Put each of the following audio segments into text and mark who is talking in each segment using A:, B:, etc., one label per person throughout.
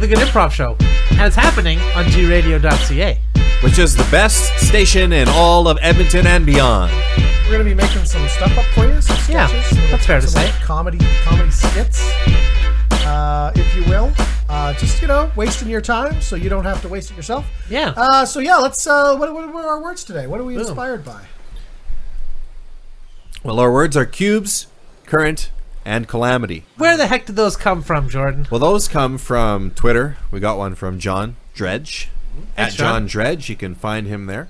A: good improv show, and it's happening on gradio.ca.
B: which is the best station in all of Edmonton and beyond.
C: We're gonna be making some stuff up for you, some sketches,
A: Yeah,
C: some little-
A: that's fair to
C: some
A: say.
C: little Comedy, comedy skits, uh, if you will. Uh, just you know, wasting your time so you don't have to waste it yourself.
A: Yeah.
C: Uh, so yeah, let's. Uh, what, what were our words today? What are we
A: Boom.
C: inspired by?
B: Well, our words are cubes, current, and calamity.
A: Where the heck did those come from, Jordan?
B: Well, those come from Twitter. We got one from John Dredge. At
A: John.
B: John Dredge, you can find him there.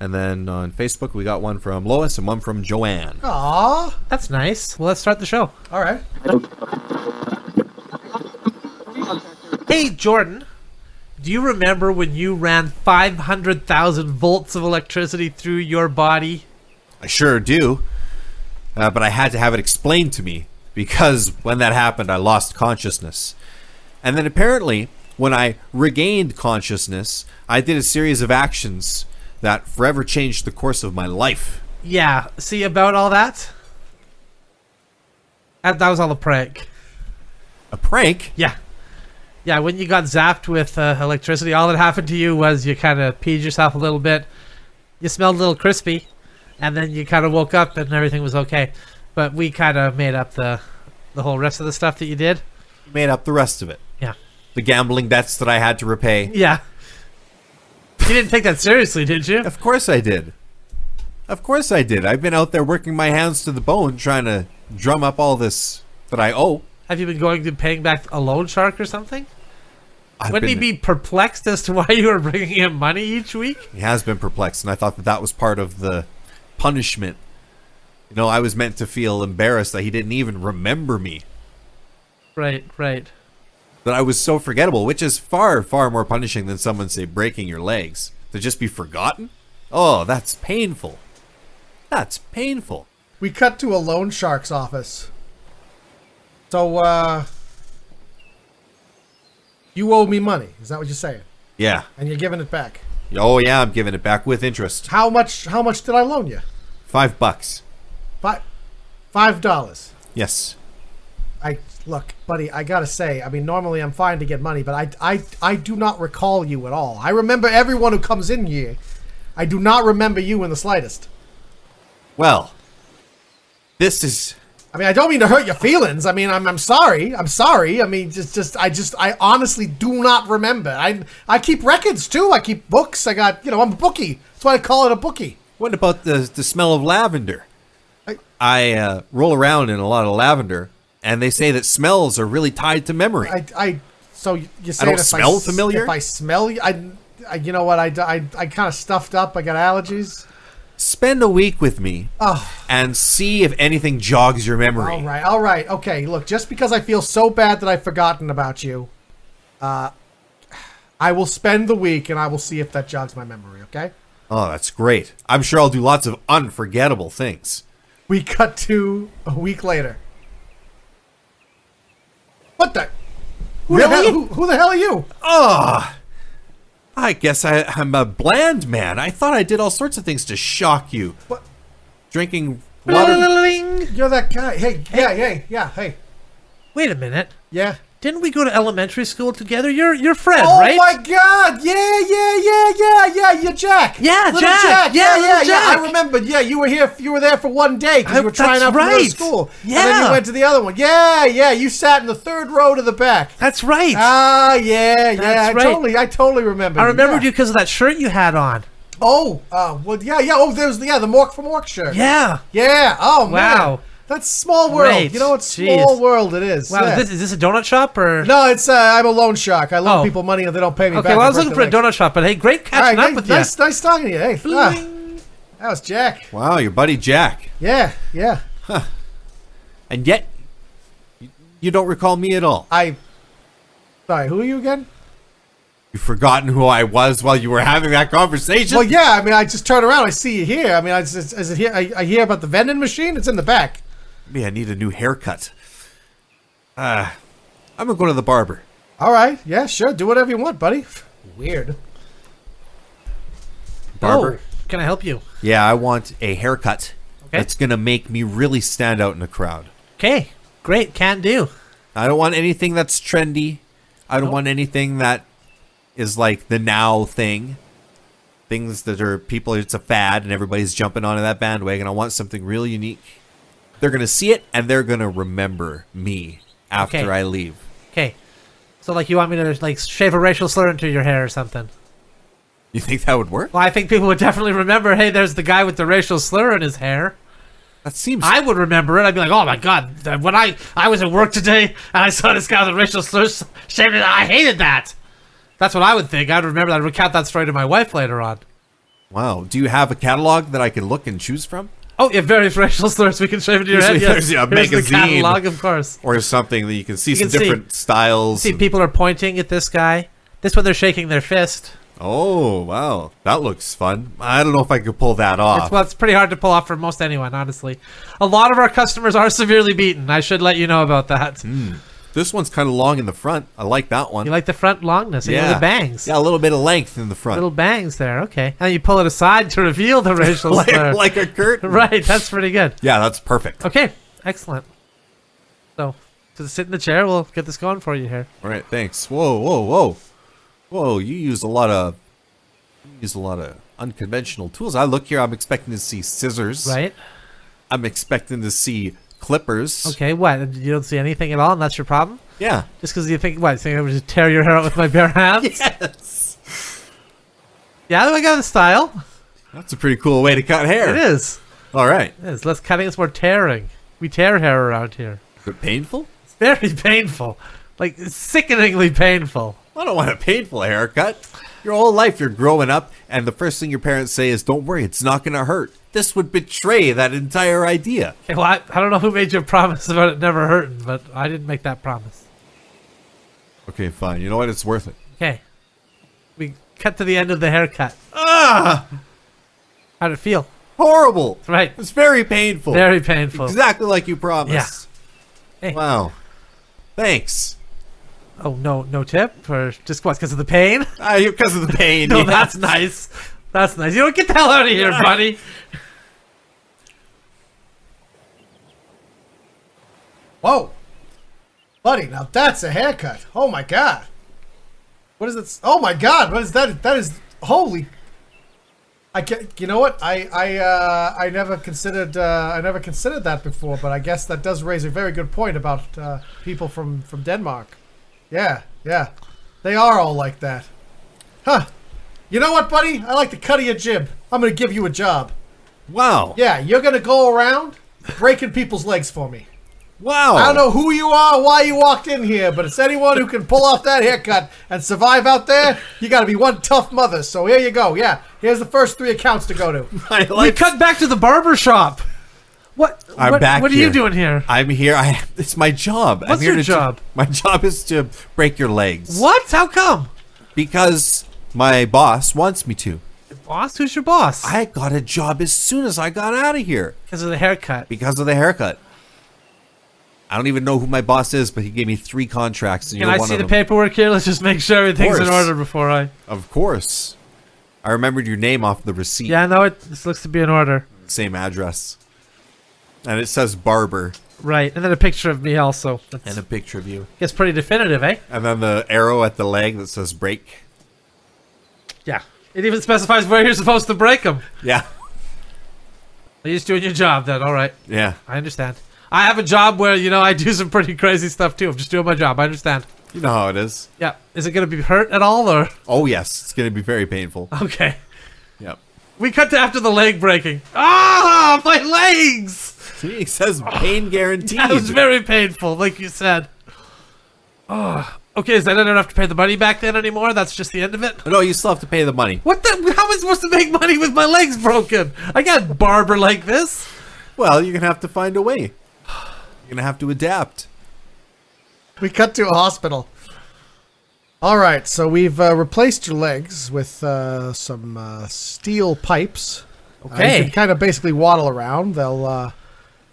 B: And then on Facebook, we got one from Lois and one from Joanne.
C: Aw,
A: That's nice. Well, let's start the show.
C: all right.
A: Hey, Jordan, do you remember when you ran 500,000 volts of electricity through your body?
B: I sure do. Uh, but I had to have it explained to me because when that happened, I lost consciousness. And then apparently, when I regained consciousness, I did a series of actions that forever changed the course of my life.
A: Yeah, see about all that? That, that was all a prank.
B: A prank?
A: Yeah. Yeah, when you got zapped with uh, electricity, all that happened to you was you kind of peed yourself a little bit. You smelled a little crispy, and then you kind of woke up and everything was okay. But we kind of made up the the whole rest of the stuff that you did.
B: You made up the rest of it.
A: Yeah.
B: The gambling debts that I had to repay.
A: Yeah. You didn't take that seriously, did you?
B: Of course I did. Of course I did. I've been out there working my hands to the bone trying to drum up all this that I owe.
A: Have you been going to paying back a loan shark or something?
B: I've
A: Wouldn't he
B: been-
A: be perplexed as to why you were bringing him money each week?
B: He has been perplexed, and I thought that that was part of the punishment. You know, I was meant to feel embarrassed that he didn't even remember me,
A: Right, right.
B: that I was so forgettable, which is far, far more punishing than someone, say, breaking your legs. To just be forgotten? Oh, that's painful. That's painful.
C: We cut to a loan shark's office. So uh, you owe me money. Is that what you're saying?
B: Yeah.
C: And you're giving it back.
B: Oh, yeah, I'm giving it back with interest.
C: How much? How much did I loan you?
B: Five bucks.
C: Five, five dollars.
B: Yes.
C: I look, buddy. I gotta say, I mean, normally I'm fine to get money, but I, I, I do not recall you at all. I remember everyone who comes in here. I do not remember you in the slightest.
B: Well, this is.
C: I mean, I don't mean to hurt your feelings. I mean, I'm, I'm sorry. I'm sorry. I mean, just, just, I just, I honestly do not remember. I, I keep records too. I keep books. I got, you know, I'm a bookie. That's why I call it a bookie.
B: What about the the smell of lavender? I,
C: I-
B: uh, roll around in a lot of lavender, and they say that smells are really tied to memory.
C: I, I so you you
B: don't
C: if
B: smell
C: I, s-
B: familiar?
C: If I smell, y- I, I- you know what? I, I, I kind of stuffed up. I got allergies.
B: Spend a week with me and see if anything jogs your memory.
C: Ah. All right, all right, okay. Look, just because I feel so bad that I've forgotten about you, uh, I will spend the week and I will see if that jogs my memory. Okay.
B: Oh, that's great. I'm sure I'll do lots of unforgettable things.
C: We cut to a week later. What the? Who
B: Really?
C: The hell, who, who the hell are you?
B: Ah, I guess I, I'm a bland man. I thought I did all sorts of things to shock you.
C: What?
B: Drinking water.
C: You're that guy. Hey, yeah, hey, yeah, hey,
A: Wait a minute.
C: yeah.
A: Didn't we go to elementary school together? You're your friend,
C: Oh
A: right?
C: my God! Yeah, yeah, yeah, yeah, yeah. You're Jack.
A: Yeah,
C: Little
A: Jack. Yeah,
C: Yeah,
A: little
C: yeah, yeah.
A: Jack.
C: I remember. Yeah, you were here. You were there for one day because
A: I-
C: you were trying
A: that's
C: out for another
A: right.
C: school. and then
A: Yeah.
C: you went to the other one. Yeah, yeah. You sat in the third row to the back.
A: That's right.
C: Ah, yeah, yeah.
A: That's
C: I
A: right.
C: totally, I totally remember.
A: I remembered
C: yeah.
A: you because of that shirt you had on.
C: Oh, uh, well, yeah, yeah. Oh, there's the yeah, the Mork from Mork shirt.
A: Yeah.
C: Yeah. Oh man.
A: Wow.
C: That's small world.
A: Great.
C: You know what
A: Jeez.
C: small world it is.
A: Wow.
C: Yeah.
A: Is, this, is this a donut shop or?
C: no, it's uh, I'm a loan shark. I loan
A: Oh.
C: people money and they don't pay me
A: okay.
C: back.
A: Well, I
C: for
A: was looking for a
C: birthday
A: donut shop, but hey, great
C: links.
A: catching
C: All right,
A: up with
C: nice,
A: that.
C: nice talking to you. Hey, ah, that was Jack.
B: Wow, your buddy Jack.
C: Yeah, yeah.
B: And yet, you- you don't recall me at all.
C: I. Sorry, who are you again?
B: You've forgotten who I was while you were having that conversation?
C: Well, yeah. I mean, I just turn around. I see you here. I mean, I just, is it here? I, I hear about the vending machine. It's in the back.
B: Maybe I need a new haircut. Uh, I'm going to go to the barber.
C: All right. Yeah, sure. Do whatever you want, buddy. Weird.
B: Barber?
A: Oh, can I help you?
B: Yeah, I want a haircut
A: Okay.
B: that's going to make me really stand out in the crowd.
A: Okay. Great. Can do.
B: I don't want anything that's trendy. I
A: Oh.
B: don't want anything that is like the now thing. Things that are people, it's a fad and everybody's jumping onto that bandwagon. I want something real unique. They're going to see it and they're going to remember me after
A: Okay.
B: I leave.
A: Okay. So like you want me to like shave a racial slur into your hair or something?
B: You think that would work?
A: Well, I think people would definitely remember. Hey, there's the guy with the racial slur in his hair.
B: That seems.
A: I would remember it. I'd be like, oh my god, th- when I I was at work today and I saw this guy with a racial slur, s- shaving, I hated that. That's what I would think. I'd remember that. I'd recount that story to my wife later on.
B: wow. Do you have a catalog that I can look and choose from?
A: Oh, yeah, various racial slurs we can shave into your
B: Usually
A: head. Yes.
B: there's, yeah, a
A: Here's the
B: magazine.
A: catalog, of course.
B: Or something that you can see
A: You
B: some
A: can see-
B: different styles.
A: See,
B: and-
A: people are pointing at this guy. This one, they're shaking their fist.
B: oh, wow. That looks fun. I don't know if I could pull that off.
A: It's, well, it's pretty hard to pull off for most anyone, honestly. A lot of our customers are severely beaten. I should let you know about that.
B: Mm. This one's kind of long in the front. I like that one.
A: You like the front longness, and you know, the bangs.
B: Yeah, a little bit of length in the front.
A: Little bangs there, okay. And you pull it aside to reveal the racial
B: like,
A: slur.
B: like a curtain.
A: Right, that's pretty good.
B: Yeah, that's perfect.
A: Okay, excellent. So, just sit in the chair. We'll get this going for you here.
B: All right, thanks. Whoa, whoa, whoa. Whoa, you used a lot of you used a lot of unconventional tools. I look here, I'm expecting to see scissors.
A: Right?
B: I'm expecting to see clippers.
A: Okay, what? You don't see anything at all, and that's your problem?
B: Yeah.
A: Just because you think, what? You think I'm going to tear your hair out with my bare hands?
B: Yes.
A: yeah, I got a style.
B: That's a pretty cool way to cut hair.
A: It is.
B: All right.
A: It is. Less cutting, it's more tearing. We tear hair around here.
B: But painful?
A: It's very painful. Like, it's sickeningly painful.
B: I don't want a painful haircut. Your whole life you're growing up, and the first thing your parents say is, Don't worry, it's not going to hurt. This would betray that entire idea.
A: Okay, well, I, I don't know who made you a promise about it never hurting, but I didn't make that promise.
B: Okay, fine. You know what? It's worth it.
A: Okay. We cut to the end of the haircut.
B: Ah!
A: How'd it feel?
B: Horrible!
A: Right.
B: It's very painful.
A: Very painful.
B: Exactly like you promised.
A: Yeah. Hey.
B: Wow. Thanks.
A: Oh, no, no tip? Or just what? Because of the pain?
B: Because Ah, of the pain.
A: No,
B: yeah.
A: that's nice. That's nice. You don't get the hell out of here, buddy.
C: Whoa, buddy! Now that's a haircut. Oh my god! What is this? Oh my god! What is that? That is holy. I get. You know what? I I uh, I never considered uh, I never considered that before, but I guess that does raise a very good point about uh, people from from Denmark. Yeah, yeah, they are all like that. Huh? You know what, buddy? I like the cut of your jib. I'm gonna give you a job.
B: Wow.
C: Yeah, you're gonna go around breaking people's legs for me.
B: Wow.
C: I don't know who you are, why you walked in here, but it's anyone who can pull off that haircut and survive out there. You got to be one tough mother. So here you go. Yeah, here's the first three accounts to go to.
B: I
A: We
B: like-
A: cut back to the barber shop. What?
B: I'm
A: what,
B: back
A: what are
B: here.
A: you doing here?
B: I'm here. I. It's my job. I'm
A: What's
B: here
A: your
B: to do-
A: job?
B: my job is to break your legs.
A: What? How come?
B: Because my boss wants me to.
A: Boss? Who's your boss?
B: I got a job as soon as I got out of here
A: Because of the haircut.
B: because of the haircut. I don't even know who my boss is, but he gave me three contracts, and
A: Can
B: you're
A: I
B: one
A: see
B: of
A: the
B: them.
A: paperwork here? Let's just make sure everything's in
B: course.
A: order before I.
B: of course, I remembered your name off the receipt.
A: Yeah, no, it this looks to be in order.
B: Same address, and it says barber
A: Right, and then a picture of me also. That's,
B: and a picture of you,
A: it's pretty definitive, eh?
B: and then the arrow at the leg that says break.
A: Yeah. It even specifies where you're supposed to break them.
B: Yeah,
A: You're just doing your job then. All right,
B: yeah.
A: I understand. I have a job where you know I do some pretty crazy stuff too. I'm just doing my job. I understand.
B: You know how it is.
A: Yeah. Is it gonna be hurt at all or?
B: Oh yes, it's gonna be very painful.
A: Okay.
B: Yep.
A: We cut to after the leg breaking. Ah, my legs!
B: See, it says pain guaranteed.
A: That was very painful, like you said. Oh, okay. Is that I don't have to pay the money back then anymore? That's just the end of it.
B: no, you still have to pay the money.
A: What the? How am I supposed to make money with my legs broken? I got barber like this.
B: Well, you're gonna have to find a way. You're gonna have to adapt.
C: We cut to a hospital. All right, so we've uh, replaced your legs with uh, some uh, steel pipes. Uh, you
A: Okay.
C: can kind of basically waddle around. They'll, uh,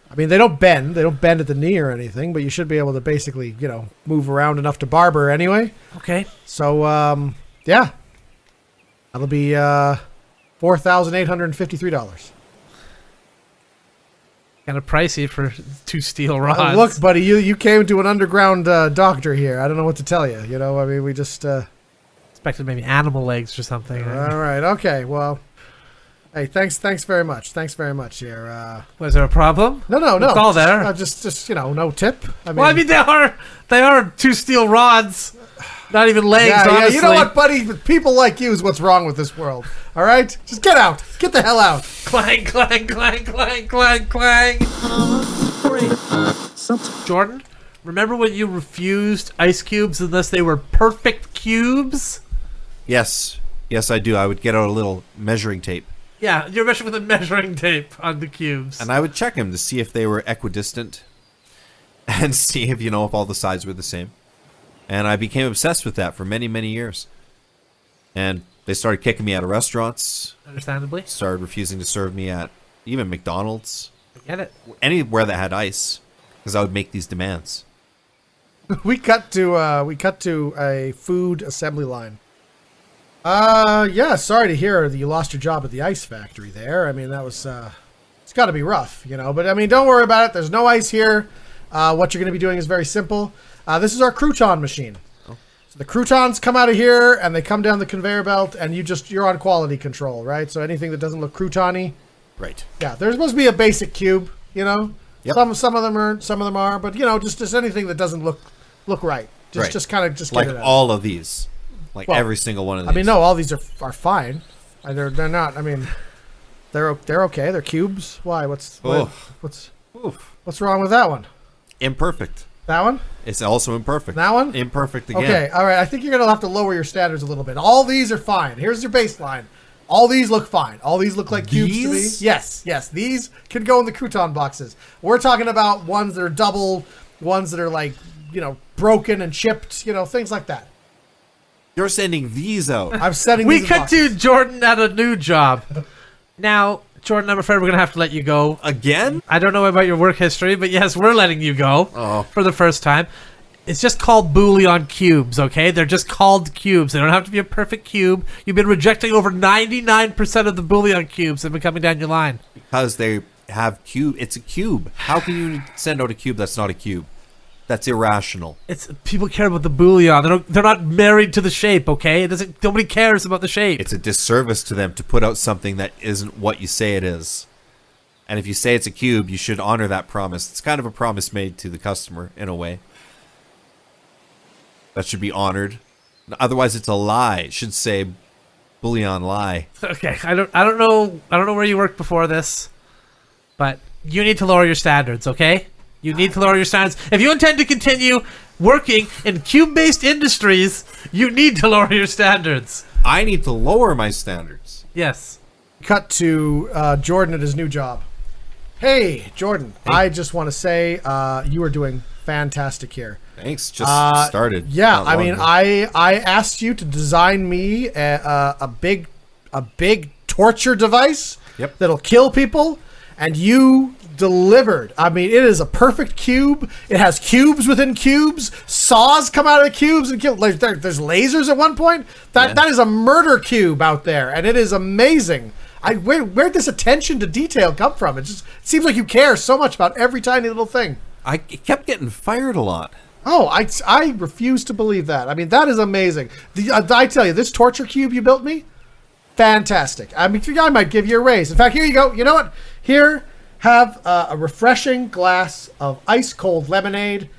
C: I mean, they don't bend. They don't bend at the knee or anything, but you should be able to basically, you know, move around enough to barber anyway.
A: Okay.
C: So um, yeah, that'll be uh, four thousand eight hundred fifty-three dollars.
A: kind of pricey for two steel rods.
C: Uh, look, buddy, you, you came to an underground uh, doctor here. I don't know what to tell you. You know, I mean, we just. Uh,
A: expected maybe animal legs or something.
C: all right, okay, well. Hey, thanks, thanks very much. Thanks very much here. Uh,
A: Was there a problem?
C: no, no, no.
A: It's all there.
C: Uh, just, just you know, no tip. I mean,
A: well, I mean they are they are two steel rods, not even legs.
C: yeah, yeah,
A: honestly.
C: you know what, buddy? People like you is what's wrong with this world. All right, just get out, get the hell out.
A: Clang, clang, clang, clang, clang, clang. Jordan, remember when you refused ice cubes unless they were perfect cubes?
B: Yes, yes, I do. I would get out a little measuring tape
A: Yeah, you're measuring with a measuring tape on the cubes.
B: and I would check them to see if they were equidistant and see if, you know, if all the sides were the same. And I became obsessed with that for many, many years. And they started kicking me out of restaurants,
A: Understandably,
B: started refusing to serve me at even McDonald's,
A: I get it.
B: anywhere that had ice, because I would make these demands.
C: we cut to uh, we cut to a food assembly line. Uh, yeah. Sorry to hear that you lost your job at the ice factory. There, I mean that was uh, it's got to be rough, you know. But I mean, don't worry about it. There's no ice here. Uh, what you're going to be doing is very simple. Uh, this is our crouton machine. So the croutons come out of here and they come down the conveyor belt, and you just you're on quality control, right? So anything that doesn't look croutony,
B: Right.
C: yeah, there's supposed to be a basic cube, you know.
B: Yep.
C: Some some of them are, some of them are, but you know, just just anything that doesn't look look right. Just
B: Right.
C: just kind of just
B: Like
C: get it out.
B: all of these. Like
C: Well,
B: every single one of
C: I
B: these.
C: mean, no, all these are are fine. Uh, They're they're not. I mean, they're o- they're okay. They're cubes. Why? What's what-
B: Oof.
C: what's
B: Oof.
C: what's wrong with that one?
B: Imperfect.
C: That one?
B: It's also imperfect.
C: That one?
B: Imperfect again.
C: Okay. All right. I think you're gonna have to lower your standards a little bit. All these are fine. Here's your baseline. All these look fine. All these look like cubes
B: These?
C: to me. Yes, yes. These can go in the crouton boxes. We're talking about ones that are double, ones that are like, you know, broken and chipped, you know, things like that.
B: You're sending these out.
C: I'm setting.
A: We
C: these in
A: cut
C: boxes.
A: to Jordan at a new job. Now, Jordan, I'm afraid we're gonna have to let you go.
B: again?
A: I don't know about your work history, but yes, we're letting you go
B: Oh.
A: for the first time. It's just called Boolean cubes, okay? They're just called cubes. They don't have to be a perfect cube. You've been rejecting over 99% of the Boolean cubes that have been coming down your line.
B: Because they have cube. It's a cube. How can you send out a cube that's not a cube? That's irrational.
A: It's people care about the Boolean. They don't, they're not married to the shape, okay? It doesn't. Nobody cares about the shape.
B: It's a disservice to them to put out something that isn't what you say it is. And if you say it's a cube, you should honor that promise. It's kind of a promise made to the customer in a way. That should be honored. Otherwise, it's a lie. It should say bullion lie.
A: okay, I don't. I don't know. I don't know where you worked before this, but you need to lower your standards, okay? You need to lower your standards if you intend to continue working in cube-based industries. You need to lower your standards.
B: I need to lower my standards.
A: Yes.
C: cut to uh, Jordan at his new job. Hey, Jordan. I just want to say uh, you are doing fantastic here.
B: Thanks. Just
C: Uh,
B: started.
C: Yeah,
B: not
C: I
B: long
C: mean,
B: ago.
C: I I asked you to design me a, a, a big a big torture device
B: Yep.
C: that'll kill people, and you delivered. I mean, it is a perfect cube. It has cubes within cubes. Saws come out of the cubes and kill. Like, there, there's lasers at one point. That
B: Yeah.
C: that is a murder cube out there, and it is amazing. I where where'd this attention to detail come from? It just it seems like you care so much about every tiny little thing.
B: I kept getting fired a lot.
C: Oh, I, I refuse to believe that. I mean, that is amazing. The, uh, I tell you, this torture cube you built me, fantastic. I mean, I might give you a raise. In fact, here you go. You know what? Here, have uh, a refreshing glass of ice cold lemonade,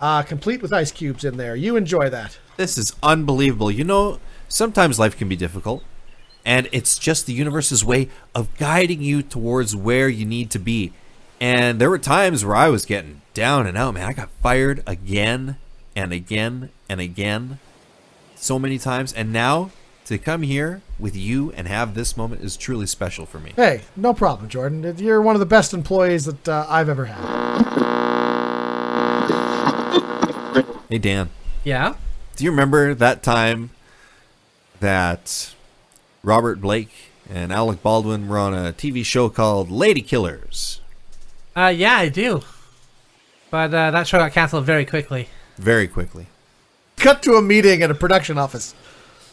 C: uh, complete with ice cubes in there. You enjoy that.
B: This is unbelievable. You know, sometimes life can be difficult, and it's just the universe's way of guiding you towards where you need to be. And there were times where I was getting down and out, man. I got fired again and again and again so many times. And now to come here with you and have this moment is truly special for me.
C: Hey, no problem, Jordan. You're one of the best employees that uh, I've ever had.
B: Hey, Dan.
A: Yeah.
B: Do you remember that time that Robert Blake and Alec Baldwin were on a TV show called Lady Killers?
A: Uh, yeah, I do. But uh, that show got canceled very quickly.
B: Very quickly.
C: Cut to a meeting at a production office.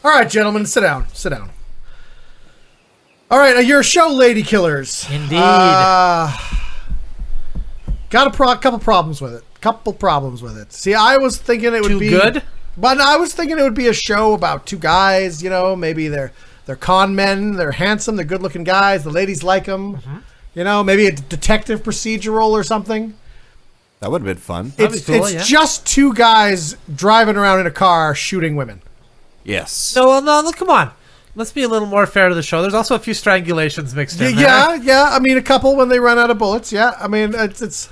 C: All right, gentlemen, sit down. Sit down. All right, uh, your show, Lady Killers.
A: Indeed.
C: Uh, Got a pro- couple problems with it. Couple problems with it. See, I was thinking it would
A: Too
C: be
A: good?
C: But I was thinking it would be a show about two guys. You know, maybe they're they're con men. They're handsome. They're good-looking guys. The ladies like them.
A: Mm-hmm.
C: You know, maybe a d- detective procedural or something.
B: That would have been fun.
A: That'd
C: it's
A: be cool,
C: it's
A: yeah.
C: just two guys driving around in a car shooting women.
B: yes.
A: No, well, uh, no, no, come on. Let's be a little more fair to the show. There's also a few strangulations mixed
C: Yeah,
A: in.
C: yeah,
A: there.
C: yeah. I mean, a couple when they run out of bullets. Yeah, I mean, it's it's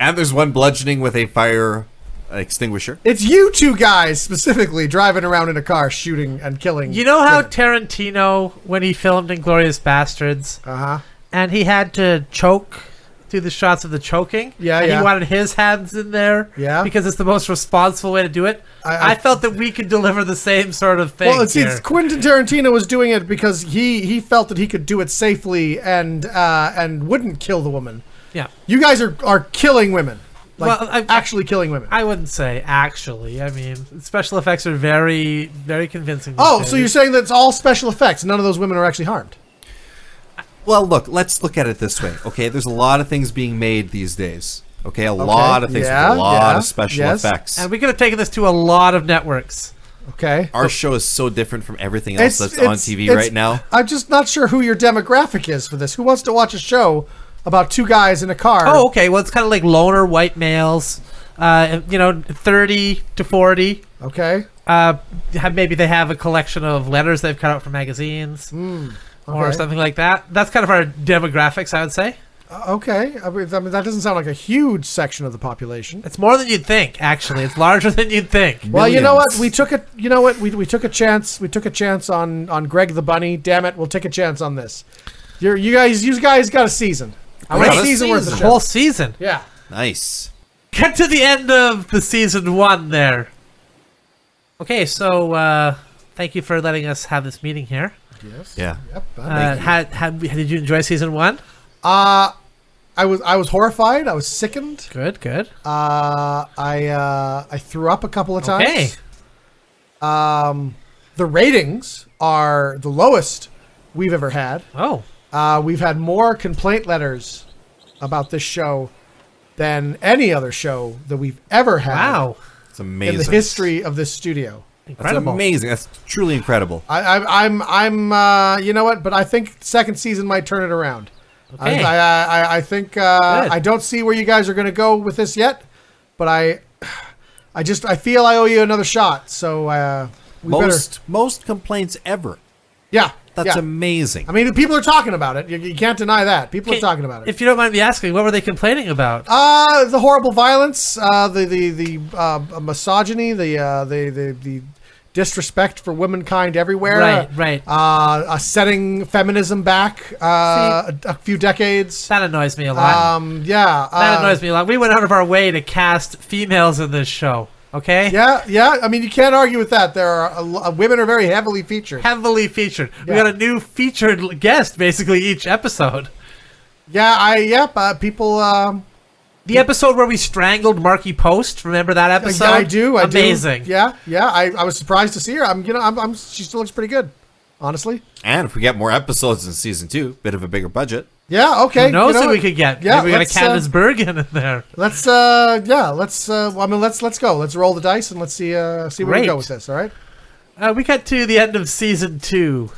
B: And there's one bludgeoning with a fire extinguisher.
C: it's you two guys specifically driving around in a car shooting and killing.
A: You know how Tarantino, when he filmed Inglorious Bastards,
C: Uh huh.
A: and he had to choke through the shots of the choking.
C: Yeah,
A: and
C: yeah.
A: He wanted his hands in there.
C: Yeah.
A: because it's the most responsible way to do it.
C: I-
A: I,
C: I-
A: felt that we could deliver the same sort of thing.
C: Well, it's, it's
A: here.
C: Quentin Tarantino was doing it because he he felt that he could do it safely and uh, and wouldn't kill the woman.
A: yeah.
C: You guys are are killing women. Like,
A: Well, I-
C: actually killing women.
A: I wouldn't say actually. I mean, special effects are very, very convincing. these
C: oh, so
A: days.
C: you're saying that it's all special effects? None of those women are actually harmed.
B: Well, look, let's look at it this way. Okay, there's a lot of things being made these days. Okay, a lot of things
C: yeah,
B: with a lot
C: yeah,
B: of special
C: yes.
B: effects.
A: and we could have taken this to a lot of networks.
C: Okay.
B: Our show is so different from everything else that's on TV
C: it's-
B: right now.
C: I'm just not sure who your demographic is for this. Who wants to watch a show about two guys in a car?
A: Oh, okay. Well, it's kind of like loner white males. Uh, you know, thirty to forty.
C: okay.
A: Uh, have- maybe they have a collection of letters they've cut out from magazines. or
C: Hmm, okay.
A: something like that. That's kind of our demographics, I would say.
C: Okay. I mean, I mean, that doesn't sound like a huge section of the population.
A: It's more than you'd think, actually. It's larger than you'd think.
C: Well, you know what?
B: Millions.
C: We took it. You know what? We, we took a chance. We took a chance on on Greg the Bunny. Damn it! We'll take a chance on this. You're, you guys, you guys got a season. I want
B: Got
C: a
B: a
C: season worth
A: The
C: of
A: whole
C: show.
A: season.
C: Yeah.
B: Nice.
A: Get to the end of the season one there. Okay, so uh, thank you for letting us have this meeting here.
C: Yes.
B: Yeah.
C: Yep.
A: Uh, had, had, did you enjoy season one?
C: Uh, I was I was horrified. I was sickened.
A: Good, good.
C: Uh, I uh, I threw up a couple of times.
A: Okay.
C: Um, the ratings are the lowest we've ever had.
A: Oh,
C: Uh, we've had more complaint letters about this show than any other show that we've ever had
A: wow.
B: It's
C: in
B: amazing.
C: the history of this studio.
B: That's
A: Incredible.
B: amazing. That's truly incredible.
C: I, I, I'm I'm uh, you know what? But I think second season might turn it around.
A: Okay.
C: I, I, I, I think uh,
A: Good.
C: I don't see where you guys are going to go with this yet, but I I just I feel I owe you another shot. So uh, we
B: most
C: better
B: most complaints ever.
C: yeah
B: That's
C: yeah.
B: amazing.
C: I mean, people are talking about it. You, you can't deny that. People are
A: Okay,
C: talking about it.
A: If you don't mind me asking, what were they complaining about?
C: Uh, the horrible violence, uh, the the the uh, misogyny, the uh, the the the disrespect for womankind everywhere.
A: Right, right.
C: Uh, uh, setting feminism back uh, a, a few decades.
A: that annoys me a lot.
C: Um, yeah.
A: that
C: uh,
A: annoys me a lot. We went out of our way to cast females in this show, okay?
C: Yeah, yeah. I mean, you can't argue with that. There are a lo- uh, women are very heavily featured.
A: heavily featured. We
C: Yeah.
A: got a new featured l- guest basically each episode.
C: Yeah, I yep. Uh, people. Um,
A: The episode where we strangled Marky Post, remember that
C: I-
A: episode?
C: I do. I do.
A: Amazing.
C: Yeah, yeah. I, I was surprised to see her. I'm you know I'm, I'm she still looks pretty good, honestly.
B: and if we get more episodes in season two, bit of a bigger budget.
C: Yeah. Okay.
A: Who knows
C: you know
A: what we
C: what?
A: could get?
C: Yeah,
A: Maybe we got a
C: let's, uh,
A: Candace Bergen in there.
C: Let's uh yeah, let's uh well, I mean let's let's go. Let's roll the dice and let's see uh see where we
A: Great.
C: go with this, all right?
A: Uh, we got to the end of season two.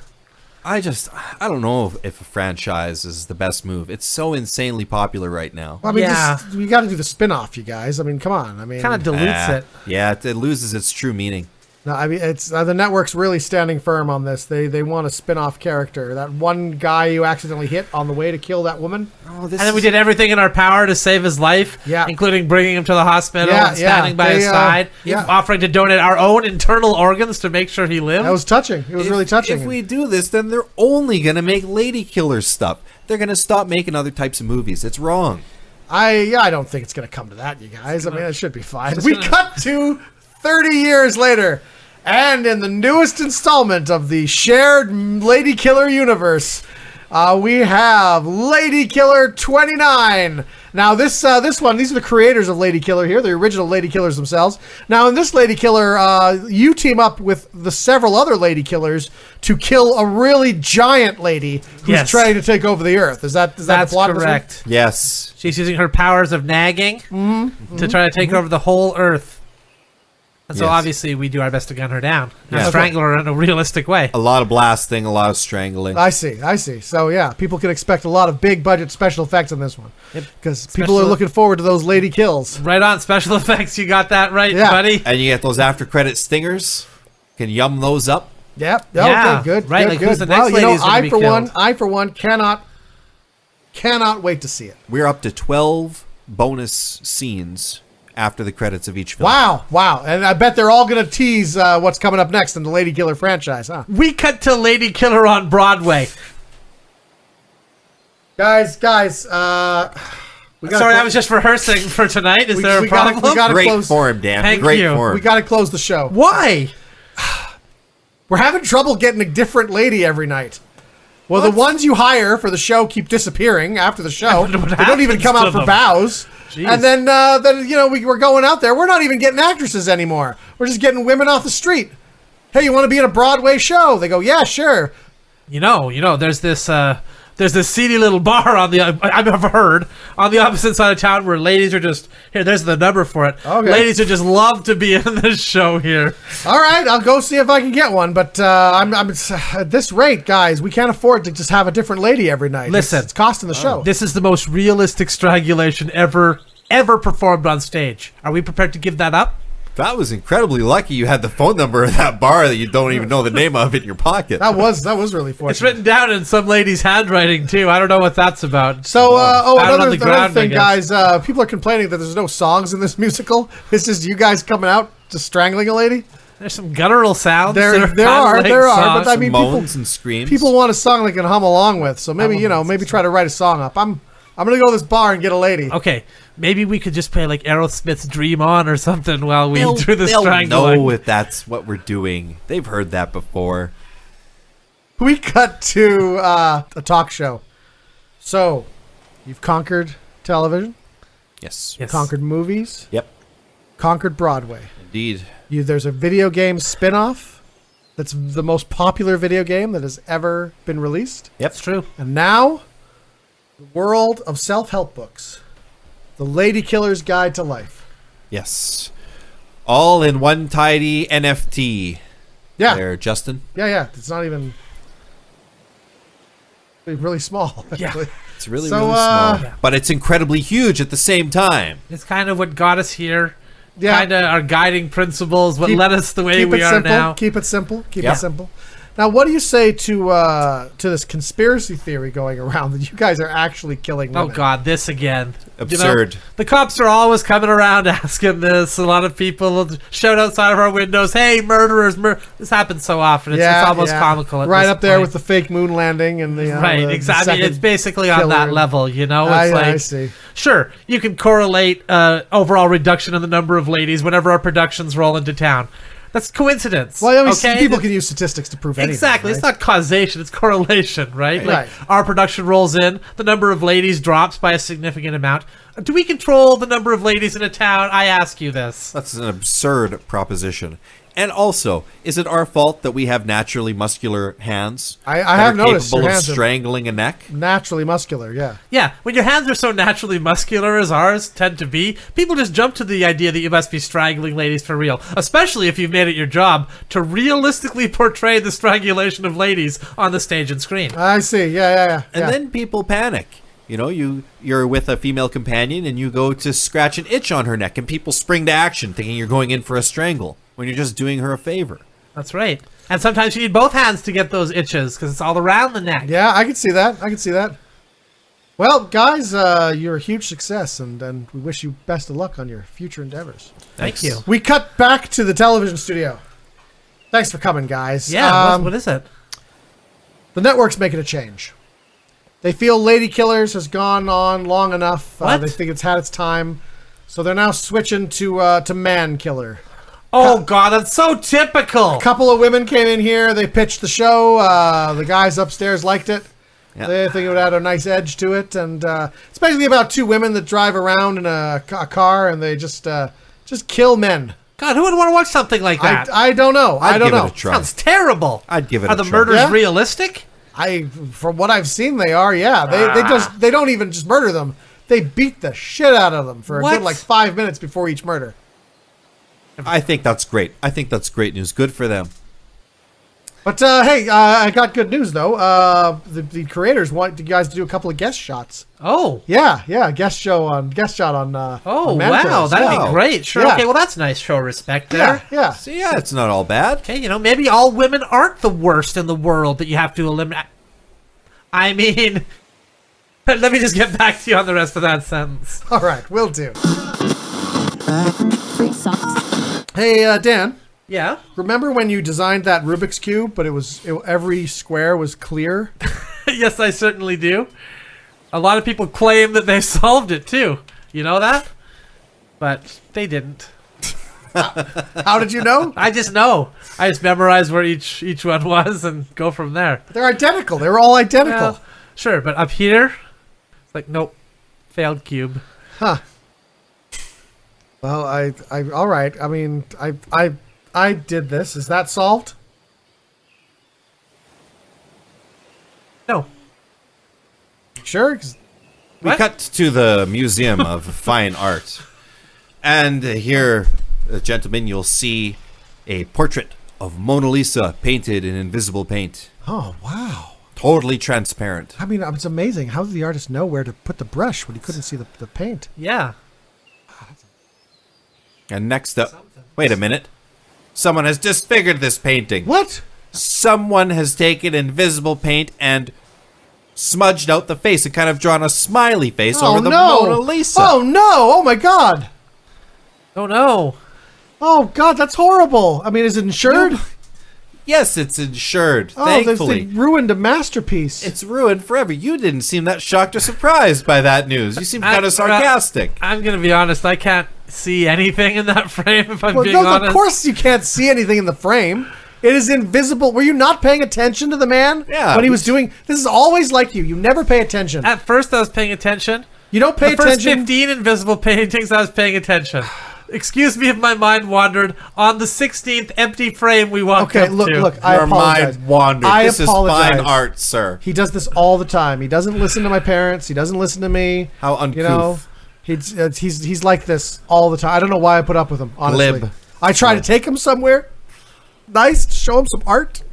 B: I just I don't know if, if a franchise is the best move. It's so insanely popular right now.
C: Well, I mean
A: Yeah.
C: just, we got to do the spin-off, you guys. I mean, come on. I mean
A: Kind of dilutes
B: Ah,
A: it.
B: Yeah, it, it loses its true meaning.
C: no, I mean it's uh, the network's really standing firm on this. They they want a spin-off character. That one guy you accidentally hit on the way to kill that woman.
B: Oh, this
A: And then we did everything in our power to save his life,
C: Yeah.
A: including bringing him to the hospital
C: Yeah,
A: and standing
C: yeah.
A: by his
C: They, uh,
A: side,
C: yeah.
A: offering to donate our own internal organs to make sure he lived.
C: That was touching. It was really touching.
B: If we do this, then they're only gonna make lady killer stuff. They're gonna stop making other types of movies. It's wrong.
C: I yeah, I don't think it's gonna come to that, you guys. I mean, it should be fine. We
A: gonna-
C: cut to 30 years later, and in the newest installment of the shared Lady Killer universe, uh, we have Lady Killer 29, Now this uh, this one, these are the creators of Lady Killer here, the original Lady Killers themselves. Now in this Lady Killer, uh, you team up with the several other Lady Killers to kill a really giant lady who's
A: Yes.
C: trying to take over the Earth. Is that is that
A: That's
C: the plot? of this one?
A: correct.
B: Yes.
A: She's using her powers of nagging
C: Mm-hmm.
A: to try to take over the whole Earth. And so
B: Yes.
A: obviously we do our best to gun her down and
B: Yeah.
A: strangle her in a realistic way.
B: A lot of blasting, a lot of strangling.
C: I see, I see. So yeah, people can expect a lot of big budget special effects in this one because people are
A: Special-
C: looking forward to those lady kills.
A: Right on special effects, you got that right,
C: Yeah.
A: buddy.
B: and you get those after credit stingers. Can yum those up.
C: Yep.
A: Yeah,
C: Okay, good.
A: right,
C: Good,
A: like,
C: good.
A: who's the
C: well,
A: next
C: you know,
A: lady who's gonna
C: I
A: be
C: for one,
A: killed?
C: I for one cannot cannot wait to see it.
B: We're up to 12 bonus scenes after the credits of each film.
C: Wow, wow. And I bet they're all going to tease uh, what's coming up next in the Lady Killer franchise, huh?
A: We cut to Lady Killer on Broadway.
C: Guys, guys, uh, we gotta
A: Sorry,
C: clo-
A: I was just rehearsing for tonight. Is
C: We-
A: there a
C: we gotta- we
A: problem?
C: gotta-
B: Great
C: close.
B: form, Dan.
A: Thank
B: Great
A: you.
B: form.
C: we got to close the show.
A: Why?
C: We're having trouble getting a different lady every night. Well, the ones you hire for the show keep disappearing after the show.
A: wonder what
C: They don't even
A: happens
C: come
A: to
C: out for
A: them.
C: bows.
A: Jeez.
C: And then, uh, then you know, we, we're going out there. We're not even getting actresses anymore. We're just getting women off the street. Hey, you want to be in a Broadway show? They go, yeah, sure.
A: You know, you know, there's this uh there's this seedy little bar on the I've never heard on the opposite side of town where ladies are just here. There's the number for it.
C: Okay.
A: Ladies would just love to be in this show here.
C: All right, I'll go see if I can get one. But uh, I'm, I'm at this rate, guys. We can't afford to just have a different lady every night. It's-
A: Listen. Oh.
C: it's, costing the show.
A: This is the most realistic strangulation ever ever performed on stage. Are we prepared to give that up?
B: That was incredibly lucky you had the phone number of that bar that you don't even know the name of in your pocket.
C: that was that was really fortunate.
A: It's written down in some lady's handwriting too. I don't know what that's about.
C: So, uh, oh,
A: Out on
C: another,
A: the
C: another
A: ground, I
C: thing,
A: guess.
C: guys. Uh, people are complaining that there's no songs in this musical. It's just you guys coming out just strangling a lady.
A: There's some guttural sounds.
C: There-
A: that
C: there
A: kind of
C: are,
A: like
C: there are, but
A: songs.
C: I mean, people-
B: Moans and screams.
C: People want a song they can hum along with. So maybe you know,
A: Elements.
C: maybe try to write a song up. I'm I'm gonna go to this bar and get a lady.
A: okay, maybe we could just play like Aerosmith's "Dream On" or something while we
B: they'll,
A: do the
B: they'll
A: strangling.
B: know if that's what we're doing. They've heard that before.
C: We cut to uh, a talk show. So, you've conquered television,
B: Yes.
A: Yes.
C: conquered movies,
B: Yep.
C: conquered Broadway.
B: Indeed.
C: You, there's a video game spin-off that's the most popular video game that has ever been released.
B: Yep.
A: It's true.
C: And now, the world of self help books The Lady Killer's Guide to Life.
B: Yes. All in one tidy NFT
C: Yeah.
B: there, Justin.
C: Yeah, yeah. It's not even. it's Really small.
A: Yeah.
C: actually.
B: It's really,
C: So,
B: really
C: uh,
B: small. But it's incredibly huge at the same time.
A: It's kind of what got us here.
C: Yeah.
A: Kind of our guiding principles, what
C: Keep-
A: led us the way
C: Keep
A: we
C: it
A: are
C: simple.
A: now.
C: Keep it simple. Keep
B: Yeah.
C: it simple. Now, what do you say to uh, to this conspiracy theory going around that you guys are actually killing
A: oh
C: women?
A: God, this again. You know,
B: Absurd.
A: the cops are always coming around asking this. A lot of people will shout outside of our windows, "Hey, murderers! Mur-. This happens so often. It's, it's almost comical. At
C: Right
A: this
C: up there
A: point.
C: with the fake moon landing and the uh,
A: right,
C: the- the
A: exactly.
C: second-
A: It's basically on that
C: killer.
A: level. You know, it's
C: I- I
A: like
C: see.
A: Sure, you can correlate uh, overall reduction in the number of ladies whenever our productions roll into town. That's coincidence.
C: Well, I mean,
A: okay?
C: people can use statistics to prove anything.
A: Exactly.
C: right?
A: It's not causation, it's correlation, right?
C: Right.
A: Like our production rolls in, the number of ladies drops by a significant amount. Do we control the number of ladies in a town? I ask you this.
B: That's an absurd proposition. And also, is it our fault that we have naturally muscular hands?
C: I- I
B: that
C: have
B: are
C: noticed
B: capable
C: your
B: of
C: hands are-
B: strangling a neck.
C: naturally muscular. Yeah.
A: Yeah, when your hands are so naturally muscular as ours tend to be, people just jump to the idea that you must be strangling ladies for real, especially if you've made it your job to realistically portray the strangulation of ladies on the stage and screen.
C: I see. Yeah, yeah, yeah.
B: And
C: yeah.
B: then people panic. You know, you you're with a female companion and you go to scratch an itch on her neck, and people spring to action, thinking you're going in for a strangle when you're just doing her a favor.
A: That's right. And sometimes you need both hands to get those itches because it's all around the neck.
C: yeah, I can see that. I can see that. Well, guys, uh, you're a huge success, and, and we wish you best of luck on your future endeavors.
A: Thank
B: Thanks.
A: you.
C: We cut back to the television studio. Thanks for coming, guys.
A: Yeah, what-
C: Um,
A: what is it?
C: the network's making a change. They feel Lady Killers has gone on long enough. Uh,
A: What?
C: they think it's had its time, so they're now switching to uh, to Man Killer.
A: Oh god, that's so typical.
C: couple of women came in here. They pitched the show. Uh, the guys upstairs liked it.
B: Yeah.
C: They think it would add a nice edge to it, and uh, it's basically about two women that drive around in a, ca- a car and they just uh, just kill men.
A: God, who would want to watch something like
C: I,
A: that?
C: I don't know. I'd I
B: I'd
C: do
B: give
C: not
B: it
C: know.
B: a try.
A: Sounds terrible.
B: I'd give it
A: Are
B: a
A: the
B: try.
A: murders
C: Yeah.
A: realistic?
C: I from what I've seen, they are. Yeah, they they
A: Ah.
C: just they don't even just murder them. They beat the shit out of them for a
A: What?
C: good like five minutes before each murder.
B: I think that's great. I think that's great news. Good for them.
C: But uh, hey, uh, I got good news though. Uh, the, the creators want you guys to do a couple of guest shots.
A: Oh.
C: Yeah, yeah, guest show on guest shot on. Uh,
A: Oh
C: on Mantos.
A: wow, that'd
B: Wow.
A: be great. Sure.
C: Yeah.
A: Okay, well that's nice. Show respect there.
C: yeah, yeah.
B: So yeah, it's not all bad.
A: Okay, you know maybe all women aren't the worst in the world that you have to eliminate. I mean, let me just get back to you on the rest of that sentence.
C: All right, we'll do.
D: free socks,
C: Hey uh, Dan,
A: Yeah.
C: remember when you designed that Rubik's cube, but it was it, every square was clear?
A: yes, I certainly do. A lot of people claim that they solved it too. You know that? But they didn't.
C: How did you know?
A: I just know. I just memorized where each each one was and go from there.
C: They're identical. They were all identical.
A: Well, sure, but up here, it's like nope, failed cube.
C: Well, I, I, all right. I mean, I, I, I did this. Is that solved?
A: No.
C: Sure. 'Cause-
B: We
A: What?
B: cut to the Museum of Fine Art. And here, uh, gentlemen, you'll see a portrait of Mona Lisa painted in invisible paint,
C: Oh wow.
B: totally transparent.
C: I mean, it's amazing. How did the artist know where to put the brush when he couldn't see the, the paint?
A: Yeah.
B: And next up, wait a minute. Someone has disfigured this painting.
C: What?
B: Someone has taken invisible paint and smudged out the face and kind of drawn a smiley face
C: oh
B: over the
C: no!
B: Mona Lisa.
C: Oh no! Oh my god!
A: Oh no.
C: Oh god, that's horrible. I mean, is it insured?
B: Yes, it's insured.
C: oh, they-
B: thankfully.
C: they ruined a masterpiece.
B: It's ruined forever. You didn't seem that shocked or surprised by that news. You seemed
A: I-
B: kind of sarcastic.
A: I'm gonna be honest. I can't see anything in that frame. If I'm
C: well,
A: being
C: no,
A: honest.
C: of course you can't see anything in the frame. It is invisible. Were you not paying attention to the man
B: Yeah.
C: when he was doing? This is always like you. You never pay attention.
A: At first, I was paying attention.
C: You don't pay
A: the first
C: attention.
A: 15 invisible paintings, I was paying attention. Excuse me if my mind wandered on the 16th empty frame we walked
C: Okay,
A: up
C: look,
A: to.
C: look. I
B: Your
C: apologize.
B: mind wandered.
C: I
B: this
C: apologize.
B: is fine art, sir.
C: He does this all the time. He doesn't listen to my parents. He doesn't listen to me.
B: How
C: You know,
B: uncouth.
C: he's uh, he's he's like this all the time. I don't know why I put up with him. Honestly,
B: Glib.
C: I try to take him somewhere nice, show him some art,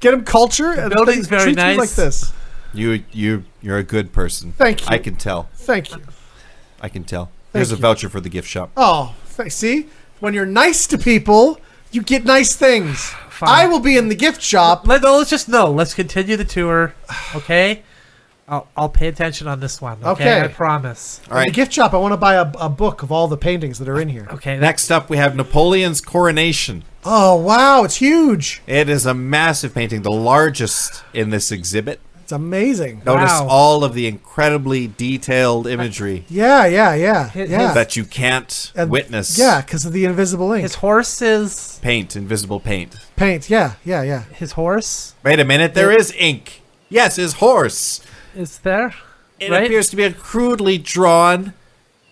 C: get him culture. and
A: building's
C: then
A: very
C: he treats me like
A: nice.
C: this.
B: You, you, you're a good person.
C: Thank you.
B: I can tell.
C: Thank you.
B: I can tell. Here's
C: Thank
B: a
C: you.
B: voucher for the gift shop.
C: Oh, th- see, when you're nice to people, you get nice things. I will be in the gift shop.
A: Let, us just know. Let's continue the tour, okay? I'll, I'll pay attention on this one, okay?
C: Okay.
A: I promise.
B: All right.
C: The gift shop. I want to buy a, a book of all the paintings that are in here.
A: Okay, that,
B: Next up, we have Napoleon's coronation.
C: Oh wow, it's huge.
B: It is a massive painting, the largest in this exhibit.
C: It's amazing.
B: Notice
A: Wow.
B: all of the incredibly detailed imagery
C: Yeah, yeah, yeah,
A: Hit-
C: yeah.
B: that you can't
C: And-
B: witness.
C: Yeah, because of the invisible ink.
A: his horse is.
B: Paint, invisible paint.
C: paint. Yeah, yeah, yeah.
A: His horse
B: Wait a minute, there is ink. Yes, his horse.
A: is there.
B: It
A: right?
B: appears to be a crudely drawn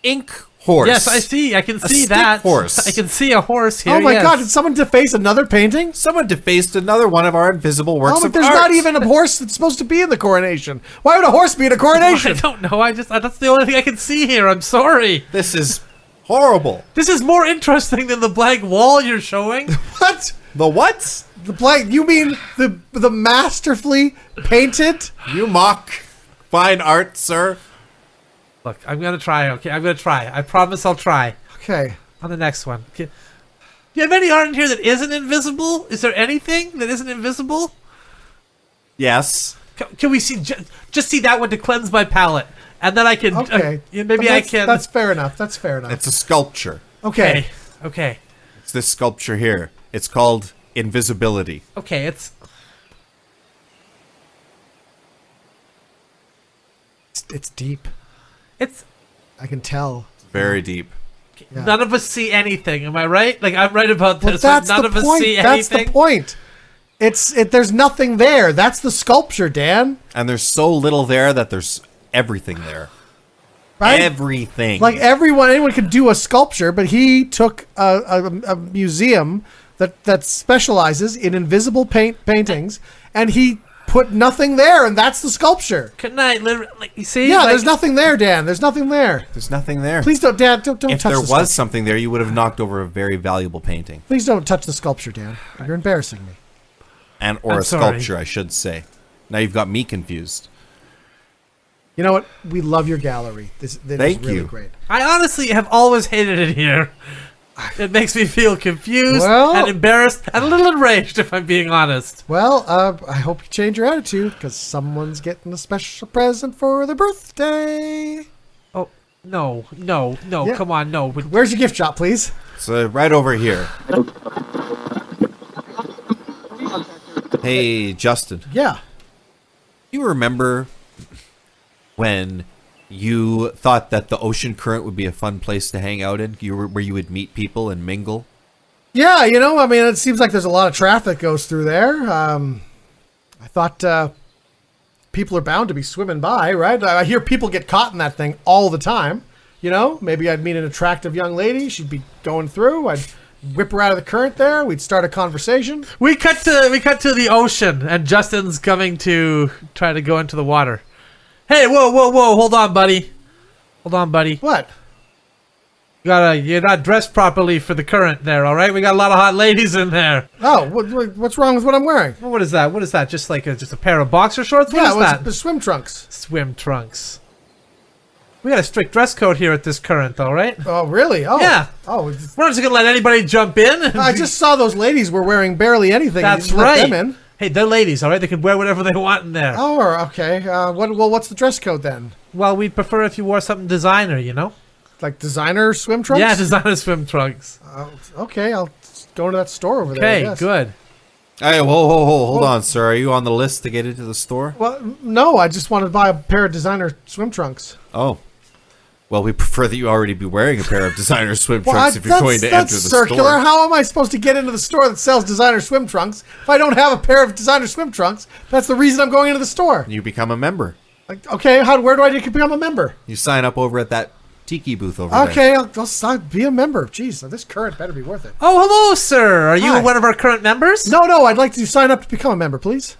B: ink horse.
A: Yes, I see. I can see
B: stick
A: that.
B: horse.
A: I can see a horse here.
C: Oh my
A: yes.
C: God! Did someone deface another painting?
B: Someone defaced another one of our invisible works
C: Oh, but
B: of
C: there's
B: art.
C: not even a horse that's supposed to be in the coronation. Why would a horse be in a
A: I
C: coronation?
A: don't know. I just I, that's the only thing I can see here. I'm sorry.
B: This is horrible.
A: This is more interesting than the blank wall you're showing.
C: What?
B: The what?
C: The blank? You mean the the masterfully painted?
B: You mock fine art, sir.
A: Look, I'm gonna try. Okay, I'm gonna try. I promise I'll try
C: Okay.
A: on the next one. Okay. Do you have any art in here that isn't invisible? Is there anything that isn't invisible?
B: Yes.
A: Can, can we see ju- just see that one to cleanse my palate, and then I can. uh,
C: Okay.
A: yeah, maybe I
C: That's-
A: can.
C: That's fair enough. That's fair enough.
B: It's a sculpture.
C: okay.
A: okay. Okay.
B: It's this sculpture here. It's called Invisibility.
A: Okay. It's
C: It's, it's deep.
A: it's.
C: I can tell.
B: It's very deep.
C: Yeah.
A: None of us see anything. Am I right? Like I'm right about
C: Well,
A: this.
C: that's
A: none
C: the
A: of us
C: point.
A: see
C: That's
A: anything.
C: the point. It's it. There's nothing there. That's the sculpture, Dan.
B: And there's so little there that there's everything there.
C: Right?
B: Everything.
C: like er- everyone, anyone could do a sculpture, but he took a, a, a museum that that specializes in invisible paint paintings, and he put nothing there, and that's the sculpture.
A: Couldn't I literally, like, you see?
C: Yeah,
A: like,
C: there's nothing there, Dan. There's nothing there.
B: there's nothing there.
C: Please don't, Dan. Don't don't
B: if
C: touch
B: there
C: the
B: was
C: sculpture.
B: something there, you would have knocked over a very valuable painting
C: Please don't touch the sculpture, Dan. You're embarrassing me.
B: and or
A: I'm
B: a
A: sorry.
B: sculpture, I should say. Now you've got me confused.
C: You know what? We love your gallery. This that is
B: Thank
C: really
B: you.
C: great.
A: I honestly have always hated it here. It makes me feel confused
C: Well-
A: and embarrassed and a little enraged, if I'm being honest.
C: Well, uh, I hope you change your attitude because someone's getting a special present for their birthday.
A: Oh, no, no, no,
C: Yeah.
A: come on, no. But
C: Where's your gift shop, please?
B: So right over here. Hey, Justin.
C: Yeah.
B: You remember when you thought that the ocean current would be a fun place to hang out in, you were, where you would meet people and mingle?
C: Yeah, you know, I mean, it seems like there's a lot of traffic goes through there. Um, I thought uh, people are bound to be swimming by, right? I I hear people get caught in that thing all the time. You know, maybe I'd meet an attractive young lady. She'd be going through. I'd whip her out of the current there. We'd start a conversation.
A: we cut to we cut to the ocean, and Justin's coming to try to go into the water. Hey, whoa, whoa, whoa! Hold on, buddy. Hold on, buddy.
C: What?
A: You gotta, you're not dressed properly for the current there. All right, we got a lot of hot ladies in there.
C: Oh, what, what- what's wrong with what I'm wearing?
A: What is that? What is that? Just like a, just a pair of boxer shorts? What
C: yeah,
A: is
C: well, it's
A: that?
C: the swim trunks.
A: Swim trunks. We got a strict dress code here at this current, all right?
C: Oh, really? Oh,
A: Yeah.
C: Oh, it's-
A: We're not just gonna let anybody jump in.
C: I just saw those ladies were wearing barely anything. and you
A: that's
C: just let
A: right.
C: them in.
A: Hey, they're ladies, all right? They can wear whatever they want in there.
C: Oh, okay. Uh, what? Well, what's the dress code then?
A: Well, we'd prefer if you wore something designer, you know?
C: like designer swim trunks. Ah, Oh,
A: Yeah, designer swim trunks.
C: okay, I'll go to that store over there. I
A: Okay,
C: guess.
A: good.
B: Hey, whoa, whoa, whoa, hold on, sir. Are you on the list to get into the store?
C: Well, no, I just wanted to buy a pair of designer swim trunks.
B: Oh. Well, we prefer that you already be wearing a pair of designer swim
C: Well,
B: trunks
C: I-
B: if you're going to
C: that's
B: enter the
C: circular.
B: store.
C: How am I supposed to get into the store that sells designer swim trunks if I don't have a pair of designer swim trunks? That's the reason I'm going into the store.
B: you become a member.
C: Like, okay, how? Where do I become a member?
B: You sign up over at that tiki booth over there.
C: Okay, I'll, I'll, I'll be a member. Jeez, this current better be worth it.
A: Oh, hello, sir. Are you
C: Hi.
A: one of our current members?
C: No, no, I'd like to sign up to become a member, please.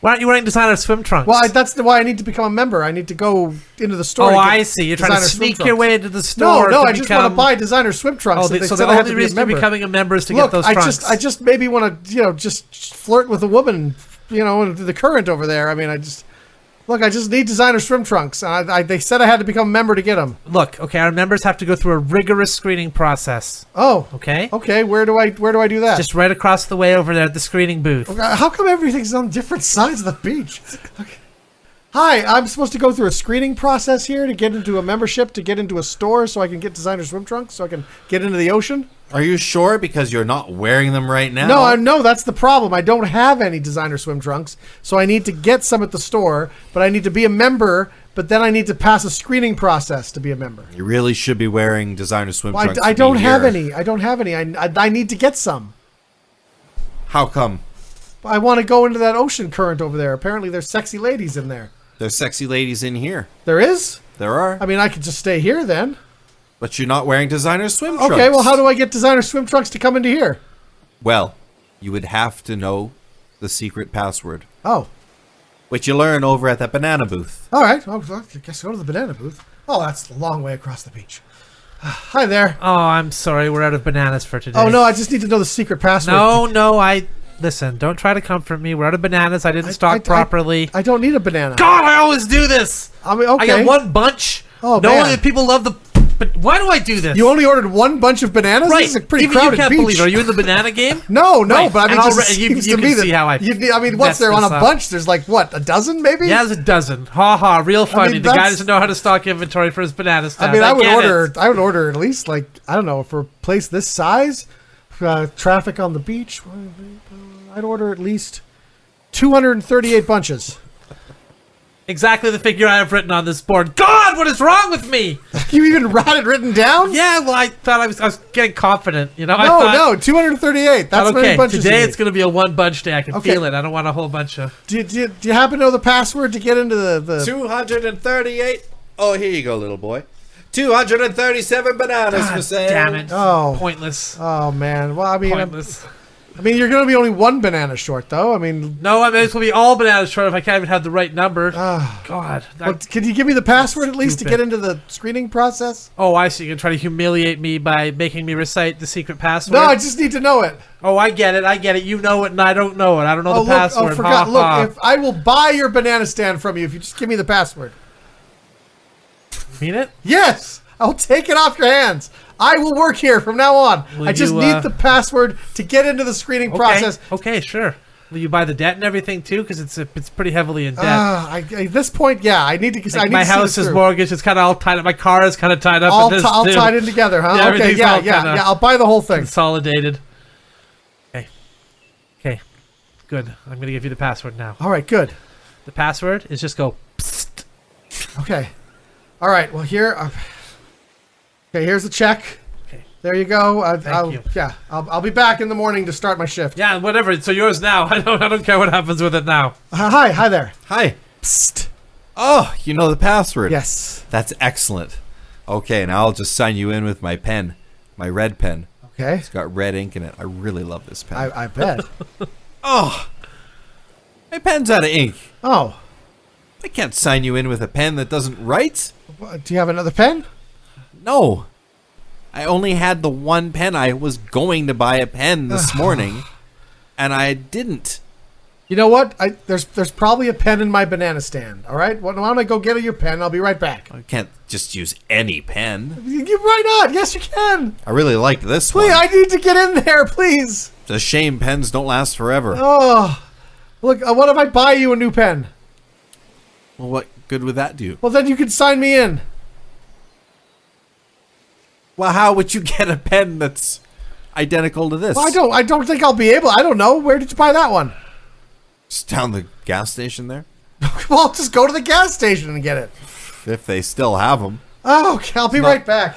A: Why aren't you wearing designer swim trunks?
C: Well, I, that's why I need to become a member. I need to go into the store.
A: oh,
C: to get
A: I see. You're trying to
C: designer swim
A: sneak your
C: trunks.
A: way into the
C: No,
A: store.
C: no,
A: to
C: I just want to
A: become-
C: buy designer swim trunks.
A: Oh,
C: that
A: the,
C: they
A: so
C: said
A: the
C: I have
A: only
C: to be a
A: reason you're
C: member.
A: becoming a member is to
C: Look,
A: get those
C: I
A: trunks.
C: just, I just maybe want to, you know, just flirt with a woman, you know, in the current over there. I mean, I just look, I just need designer swim trunks. And I, I, they said I had to become a member to get them.
A: Look, okay, our members have to go through a rigorous screening process.
C: Oh,
A: Okay?
C: okay. Where do I, where do I do that?
A: Just right across the way over there at the screening booth.
C: Uh, How come everything's on different sides of the beach? Okay. Hi, I'm supposed to go through a screening process here to get into a membership, to get into a store, so I can get designer swim trunks, so I can get into the ocean.
B: Are you sure? Because you're not wearing them right now.
C: No, I no, that's the problem. I don't have any designer swim trunks, so I need to get some at the store, but I need to be a member, but then I need to pass a screening process to be a member.
B: You really should be wearing designer swim
C: Well,
B: trunks.
C: I, I
B: to be
C: don't have
B: here.
C: any. I don't have any. I, I, I need to get some.
B: How come?
C: I want to go into that ocean current over there. Apparently, there's sexy ladies in there.
B: There's sexy ladies in here.
C: There is?
B: There are.
C: I mean, I could just stay here then.
B: But you're not wearing designer swim trunks.
C: Okay, well, how do I get designer swim trunks to come into here?
B: Well, you would have to know the secret password,
C: Oh,
B: which you learn over at that banana booth.
C: all right. Oh, well, I guess go to the banana booth. Oh, that's a long way across the beach. Hi there.
A: Oh, I'm sorry, we're out of bananas for today.
C: Oh no, I just need to know the secret password.
A: No, no, I listen. Don't try to comfort me. We're out of bananas. I didn't stock
C: I- I-
A: properly.
C: I don't need a banana.
A: God, I always do this.
C: I mean, Oh, okay.
A: I got one bunch.
C: Oh,
A: no
C: man.
A: one, people love the. But why do I do this?
C: You only ordered one bunch of bananas.
A: right?
C: This is a pretty
A: Even
C: crowded
A: you can't
C: beach.
A: believe. It. Are you in the banana game?
C: No, no,
A: Right,
C: but I mean,
A: and
C: just
A: already- you-
C: seems
A: you
C: to
A: can
C: me that
A: see how I
C: you need- I mean,
A: messed
C: what's there on a
A: this up.
C: bunch? There's like what a dozen, maybe.
A: Yeah, there's a dozen. Ha ha! Real funny.
C: mean,
A: the guy
C: that's-
A: doesn't know how to stock inventory for his banana stuff.
C: I mean, I would
A: get
C: order.
A: It.
C: I would order at least like I don't know for a place this size, uh, traffic on the beach. I'd order at least two hundred and thirty-eight bunches.
A: Exactly the figure I have written on this board. God, what is wrong with me?
C: You even had it written down?
A: Yeah, well, I thought I was, I was getting confident. You know, I
C: No,
A: thought,
C: no, 238. That's
A: okay,
C: many bunches
A: today
C: you
A: it's
C: need.
A: going to be a one bunch day. I can
C: Okay.
A: feel it. I don't want a whole bunch of.
C: Do you, do, you, do you happen to know the password to get into the... the...
B: 238. Oh, here you go, little boy. 237 bananas for
A: God
B: sale.
A: damn it.
C: Oh.
A: Pointless.
C: Oh, man. Well, I mean, I'm-
A: Pointless.
C: I mean, you're going to be only one banana short, though. I mean,
A: No, I may as well be all bananas short if I can't even have the right number.
C: uh,
A: God. that-
C: well, can you give me the password at least to
A: Stupid.
C: get into the screening process?
A: oh, I see. You're going to try to humiliate me by making me recite the secret password.
C: No, I just need to know it.
A: oh, I get it. I get it. You know it, and I don't know it. I don't know
C: Oh,
A: the
C: look,
A: password.
C: oh, forgot.
A: Ha,
C: look,
A: ha.
C: if I will buy your banana stand from you if you just give me the password.
A: mean it?
C: Yes, I'll take it off your hands. I will work here from now on.
A: Will
C: I just
A: you,
C: need
A: uh,
C: the password to get into the screening process.
A: Okay, okay, sure. Will you buy the debt and everything too? Because it's it's pretty heavily in debt.
C: Ah, I, at this point, yeah, I need to. I
A: like
C: need
A: my
C: to see
A: house
C: this
A: is
C: through.
A: mortgaged. It's kind of all tied up. My car is kind of tied up.
C: all,
A: in
C: t-
A: this
C: all
A: too.
C: tied in together, huh?
A: Yeah,
C: okay,
A: everything's
C: yeah,
A: all
C: yeah,
A: kinda-
C: yeah. I'll buy the whole thing.
A: consolidated. Okay. Okay. Good. I'm going to give you the password now.
C: All right, good.
A: The password is just go.
C: Okay. All right. Well, here. Uh, okay, here's the check.
A: Okay.
C: There you go. I,
A: Thank
C: I'll,
A: you.
C: Yeah, I'll, I'll be back in the morning to start my shift.
A: Yeah, whatever. It's- So yours now. I don't I don't care what happens with it now.
C: Hi, hi there.
B: Hi.
C: Psst.
B: Oh, you know the password.
C: Yes.
B: That's excellent. Okay, now I'll just sign you in with my pen, my red pen.
C: Okay.
B: It's got red ink in it. I really love this pen.
C: I, I bet.
B: oh, my pen's out of ink.
C: Oh,
B: I can't sign you in with a pen that doesn't write.
C: wha- do you have another pen?
B: No. I only had the one pen. I was going to buy a pen this morning, and I didn't.
C: You know what? I, there's there's probably a pen in my banana stand. All right. Well, why don't I go get your pen? I'll be right back.
B: I can't just use any pen.
C: You, you- why not? Yes, you can.
B: I really like this
C: Please,
B: one.
C: I need to get in there, please.
B: It's a shame pens don't last forever.
C: Oh, look. uh, What if I buy you a new pen?
B: Well, what good would that do?
C: Well, then you can sign me in.
B: Well, how would you get a pen that's identical to this?
C: Well, I don't. I don't think I'll be able. I don't know. Where did you buy that one?
B: It's down the gas station there,
C: Well, I'll just go to the gas station and get it.
B: if they still have them.
C: Oh, okay, I'll be
B: No.
C: right back.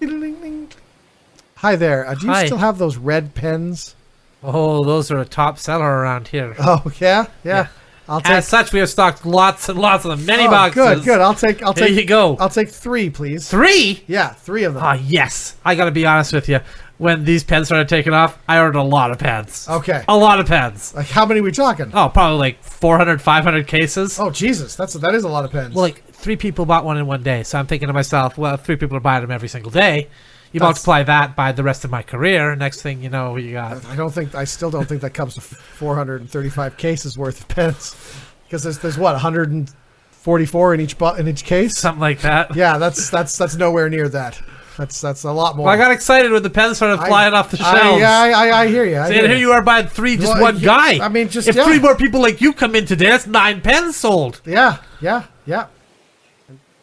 C: Ding-a-ling-ling. Hi there. Uh, do you
A: Hi.
C: still have those red pens?
A: Oh, those are a top seller around here.
C: Oh yeah,
A: Yeah.
C: yeah. I'll take.
A: As such, we have stocked lots and lots of them. Many
C: oh,
A: boxes.
C: Good, good. I'll take. I'll
A: Here
C: take.
A: you go.
C: I'll take three, please.
A: Three?
C: Yeah, three of them.
A: Ah, yes. I gotta be honest with you. When these pens started taking off, I ordered a lot of pens.
C: Okay.
A: A lot of pens.
C: Like how many we talking?
A: Oh, probably like 400, 500 cases.
C: Oh Jesus, that's that is a lot of pens.
A: Well, like three people bought one in one day. So I'm thinking to myself, well, if three people are buying them every single day. You
C: That's-
A: multiply that by the rest of my career. Next thing you know, you got.
C: I don't think I still don't think that comes with 435 cases worth of pens, because there's there's what 144 in each bu- in each case.
A: something like that.
C: Yeah, that's that's that's nowhere near that. That's that's a lot more.
A: Well, I got excited when the pens started flying off the shelves.
C: Yeah, I, I, I hear you. I
A: and
C: hear
A: here
C: ya.
A: you are buying three, just
C: Well,
A: one
C: you-
A: guy.
C: I mean, just-
A: if
C: yeah.
A: three more people like you come in today, that's nine pens sold.
C: Yeah, yeah, yeah.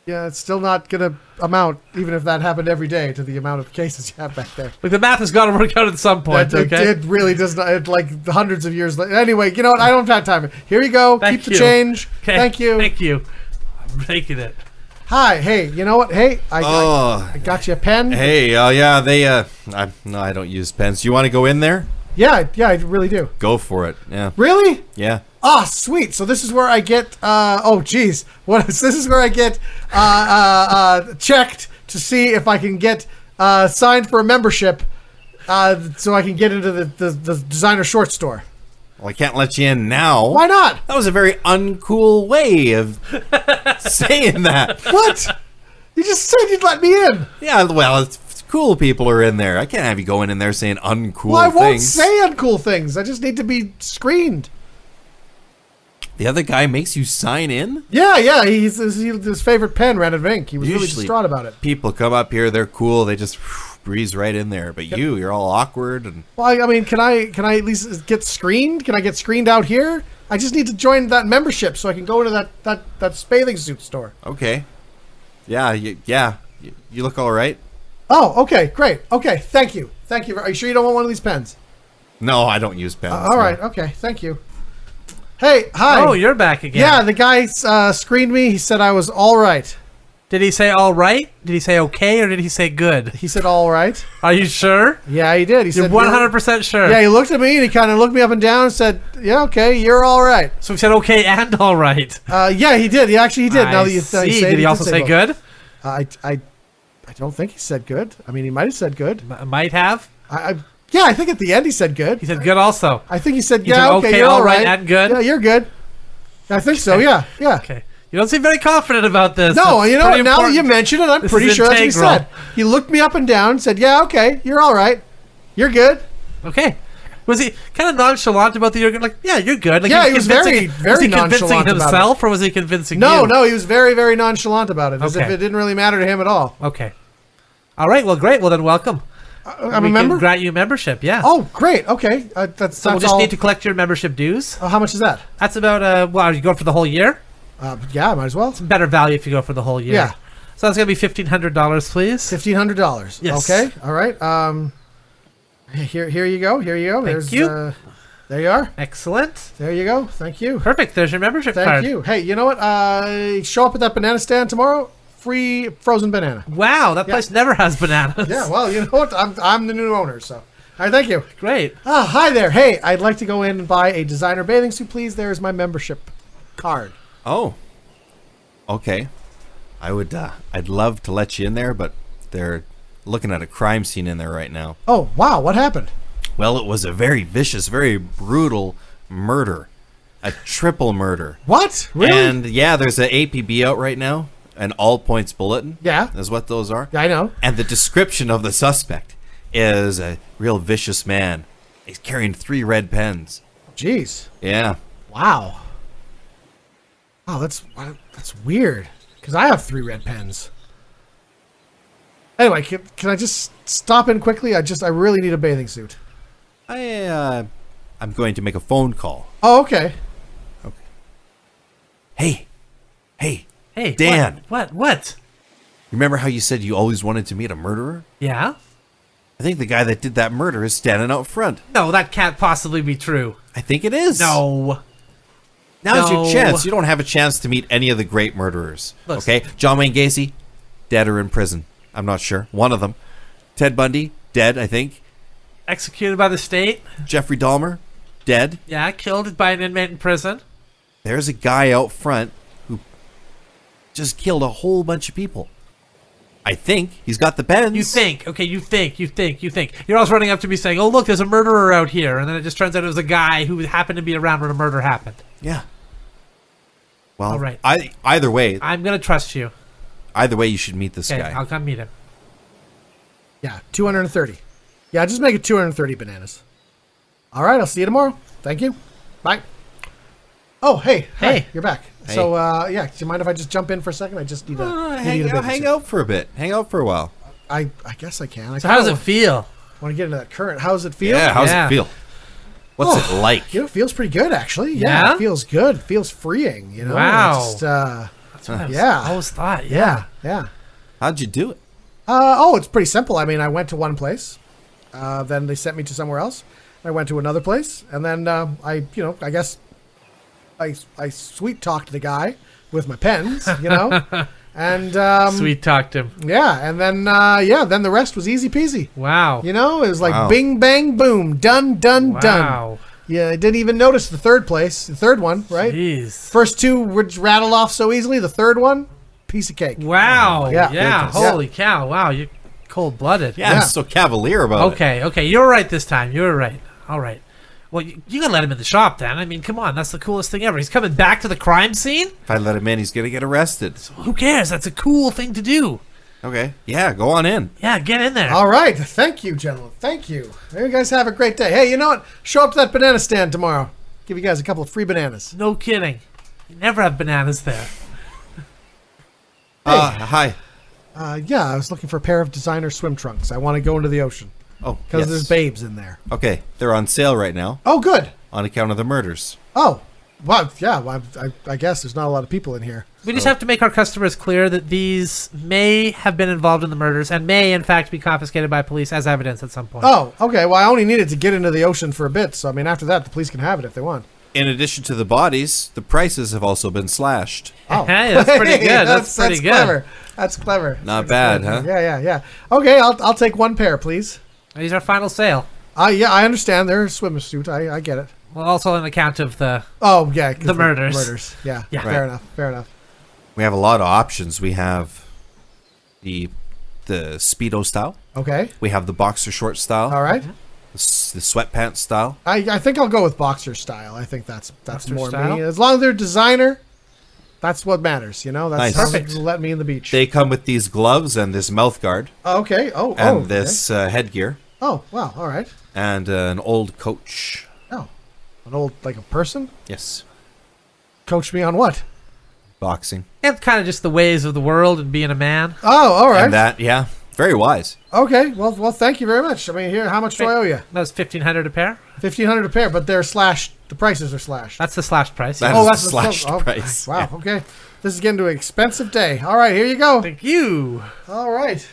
C: Yeah, it's still not gonna amount, even if that happened every day, to the amount of cases you have back there.
A: Like the math has got to work out at some point.
C: It- it,
A: okay.
C: it really does not. It, like hundreds of years later. Anyway, you know what? I don't have time. Here you go.
A: Thank
C: Keep the
A: you.
C: change.
A: Okay,
C: Thank you.
A: Thank you. I'm making it.
C: Hi. Hey. You know what? Hey, I, I-
B: Oh,
C: I got you a pen.
B: hey, oh yeah, they. Uh, I, no, I don't use pens. You want to go in there?
C: Yeah. Yeah. I really do.
B: Go for it. Yeah,
C: Really?
B: yeah.
C: Ah, sweet. So this is where I get. Uh, oh, geez. What is this? Is where I get uh, uh, uh, checked to see if I can get uh, signed for a membership, uh, so I can get into the, the, the designer short store.
B: Well, I can't let you in now.
C: Why not?
B: That was a very uncool way of saying that.
C: What? you just said you'd let me in.
B: Yeah, well, it's, it's cool. People are in there. I can't have you going in there saying uncool
C: Well, I won't
B: things.
C: say uncool things. I just need to be screened.
B: the other guy makes you sign in.
C: Yeah, yeah. He's, he's his favorite pen ran out of ink. He was really
B: Usually-
C: distraught about it.
B: People come up here. They're cool. They just breeze right in there. But you, you're all awkward and
C: Well, I, I mean, can I can I at least get screened? Can I get screened out here? I just need to join that membership so I can go into that that that bathing suit store.
B: okay. Yeah, you, yeah. You, you look all right.
C: Oh, okay, great. Okay, thank you, thank you. Are you sure you don't want one of these pens?
B: No, I don't use pens.
C: Uh, All right, okay, thank you. Hey, hi.
A: Oh, you're back again.
C: yeah. The guy uh, screened me. He said I was all right.
A: Did he say all right? Did he say okay, or did he say good?
C: He said, "All right."
A: Are you sure?
C: Yeah, he did. He
A: You're
C: said,
A: one hundred percent sure.
C: Yeah, he looked at me and he kind of looked me up and down and said, "Yeah, okay, you're all right."
A: So he said okay and all right.
C: Uh, yeah, he did. He actually he did. now
A: I
C: that you, now
A: see.
C: you say it,
A: did he also say
C: both.
A: good?
C: Uh, I, I, I don't think he said good. I mean, he might have said good.
A: M- might have.
C: I, I yeah, I think at the end he said good.
A: He said good also.
C: I think he said,
A: He
C: "Yeah,
A: said,
C: okay,
A: okay,
C: you're
A: all
C: all
A: right,
C: right,
A: and good?
C: Yeah, you're good. I think so. Yeah, yeah.
A: Okay. You don't seem very confident about this.
C: No,
A: That's
C: you know
A: pretty
C: what? Now that you
A: important.
C: mention it, I'm
A: This
C: pretty
A: is
C: sure that's
A: integral.
C: what he said. He looked me up and down, and said, "Yeah, okay, you're all right, you're good."
A: Okay. Was he kind of nonchalant about the you're good? Like, yeah, you're good. Like,
C: Yeah,
A: was
C: he was
A: convincing-
C: very-
A: was he
C: very
A: convincing
C: nonchalant about
A: himself, or was he convincing
C: No,
A: you?
C: no, he was very, very nonchalant about it, as if
A: Okay.
C: it didn't really matter to him at all.
A: Okay. All right. Well, great. Well, then welcome.
C: I,
A: we
C: I'm a
A: can
C: member.
A: grant you membership. Yeah.
C: Uh, Oh, great. Okay, uh, that's
A: so
C: that's
A: we'll just
C: all.
A: need to collect your membership dues.
C: Oh, how much is that?
A: That's about uh. Well, are you going for the whole year?
C: Uh, yeah, might as well.
A: Better value if you go for the whole year.
C: Yeah.
A: So that's gonna be fifteen hundred dollars, please.
C: Fifteen hundred dollars.
A: Yes.
C: Okay. All right. Um, here, here you go. Here you go. Thank
A: you.
C: Uh, there you are.
A: Excellent.
C: There you go. Thank you.
A: Perfect. There's your membership
C: Thank
A: card.
C: you. Hey, you know what? Uh, show up at that banana stand tomorrow. Free frozen banana.
A: Wow, that
C: Yeah.
A: place never has bananas.
C: Yeah. Well, you know what? I'm I'm the new owner, so. All right, thank you.
A: Great.
C: Ah, hi there. Hey, I'd like to go in and buy a designer bathing suit, please. There is my membership card.
B: Oh. Okay. I would uh, I'd love to let you in there, but they're looking at a crime scene in there right now.
C: Oh, wow. What happened?
B: Well, it was a very vicious, very brutal murder. A triple murder.
C: What? Really?
B: And yeah, there's an APB out right now, an all points bulletin.
C: Yeah.
B: Is what those are.
C: I know.
B: And the description of the suspect is a real vicious man. He's carrying three red pens.
C: Jeez.
B: Yeah.
C: Wow. Wow, that's wow, that's weird. Cause I have three red pens. Anyway, can, can I just stop in quickly? I just I really need a bathing suit.
B: I uh, I'm going to make a phone call.
C: Oh, okay.
B: Hey. Hey.
A: Hey, what-
B: Dan.
A: What? What?
B: Remember how you said you always wanted to meet a murderer?
A: Yeah.
B: I think the guy that did that murder is standing out front.
A: No, that can't possibly be true.
B: I think it is.
A: No.
B: Now's
A: No.
B: your chance. You don't have a chance to meet any of the great murderers.
A: Look-
B: Okay? John Wayne Gacy, dead or in prison. I'm not sure. One of them. Ted Bundy, dead, I think.
A: Executed by the state.
B: Jeffrey Dahmer, dead.
A: Yeah, killed by an inmate in prison.
B: There's a guy out front who just killed a whole bunch of people. I think he's got the pens.
A: You think, okay, you think, you think, you think. You're always running up to me saying, oh, look, there's a murderer out here. And then it just turns out it was a guy who happened to be around when a murder happened.
B: Yeah. Well,
A: All right.
B: I, either way,
A: I'm going to trust you.
B: either way, you should meet this
A: Okay,
B: guy.
A: I'll come meet him.
C: Yeah, two hundred and thirty. Yeah, just make it two hundred and thirty bananas. All right, I'll see you tomorrow. Thank you. Bye. Oh, hey, hi,
A: Hey.
C: you're back.
B: Hey.
C: So, uh, yeah, do you mind if I just jump in for a second? I just need a,
B: Uh,
C: I need
B: hang
C: a
B: out,
C: bathing
B: hang
C: suit.
B: out for a bit. Hang out for a while.
C: I, I guess I can. I
A: So, how does it feel?
C: Want to get into that current? How does it feel?
B: Yeah, how's
A: Yeah.
B: it feel? What's it like?
C: You know, it feels pretty good actually. Yeah,
A: Yeah?
C: it feels good. It feels freeing. You know,
A: Wow.
C: It's Just, uh,
A: That's what I was-
C: Yeah.
A: I always thought, yeah.
C: yeah, yeah.
B: How'd you do it?
C: Uh, oh, it's pretty simple. I mean, I went to one place, uh, then they sent me to somewhere else. I went to another place, and then um, I, you know, I guess I I sweet talked the guy with my pens, you know, and um,
A: Sweet talked him.
C: yeah, and then uh, yeah, then the rest was easy peasy.
A: Wow.
C: You know, it was like
B: Wow.
C: bing bang boom, done done done.
A: wow.
C: Yeah, I didn't even notice the third place, the third one, right?
A: Jeez.
C: First two were just rattled off so easily. The third one, piece of cake.
A: Wow.
C: Yeah.
A: Yeah.
C: Yeah.
A: Holy cow. Wow. You're cold blooded.
B: Yeah,
C: Yeah.
B: I'm so cavalier about it.
A: Okay, okay, you're right this time. You're right. All right. Well, you, you gotta let him in the shop, Dan. I mean, come on, that's the coolest thing ever. He's coming back to the crime scene.
B: If I let him in, he's gonna get arrested.
A: Who cares? That's a cool thing to do.
B: Okay. Yeah, go on in.
A: Yeah, get in there.
C: All right. Thank you, gentlemen. Thank you. You guys have a great day. Hey, you know what? Show up to that banana stand tomorrow. Give you guys a couple of free bananas.
A: no kidding. You never have bananas there.
B: Uh, hi.
C: Uh, yeah, I was looking for a pair of designer swim trunks. I want to go into the ocean
B: Oh,
C: because
B: yes.
C: there's babes in there.
B: okay, they're on sale right now
C: Oh, good.
B: on account of the murders.
C: Oh, well, yeah. Well, I, I, I guess there's not a lot of people in here.
A: We just have to make our customers clear that these may have been involved in the murders and may, in fact, be confiscated by police as
B: Oh.
A: evidence at some point.
C: Oh, okay. Well, I only needed to get into the ocean for a bit, so I mean, after that, the police can have it if they want.
B: in addition to the bodies, the prices have also been slashed.
C: Oh.
A: Hey, that's pretty good. That's pretty good.
C: Clever. That's clever.
B: Not bad, huh?
C: Yeah, yeah, yeah. Okay, I'll, I'll take one pair, please.
A: These are final sale.
C: Uh, yeah, I understand. They're a swimsuit. I, I get it.
A: Well, also on account of the
C: Oh, yeah. 'cause
A: The murders.
C: Murders. Yeah.
A: Yeah.
C: Fair
B: Right.
C: enough. Fair enough.
B: We have a lot of options. We have the the speedo style.
C: Okay.
B: We have the boxer short style.
C: All right.
B: The, s- the sweatpants style.
C: I, I think I'll go with boxer style. I think that's that's
A: Boxer
C: more
A: style?
C: me. As long as they're designer, that's what matters. You know, that's
B: Nice.
C: how
A: Perfect.
C: you let me in the beach.
B: They come with these gloves and this mouth guard
C: Oh, okay. Oh,
B: and
C: oh, okay.
B: this uh, headgear
C: Oh, wow. All right.
B: and uh, an old coach.
C: Oh, an old like a person
B: Yes,
C: coach me on what?
B: boxing
A: and kind of just the ways of the world and being a man.
C: Oh, all right.
B: and that. Yeah, very wise.
C: okay. Well, well. Thank you very much. I mean, here, how much do I owe you?
A: That was fifteen hundred a pair.
C: Fifteen hundred a pair, but they're slashed. The prices are slashed.
A: That's the slash price.
B: That
A: yeah.
B: is
C: oh,
B: the
C: that's the
B: slashed
C: oh,
B: price.
C: Wow. Okay. This is getting to an expensive day. All right. Here you go.
A: Thank you.
C: All right.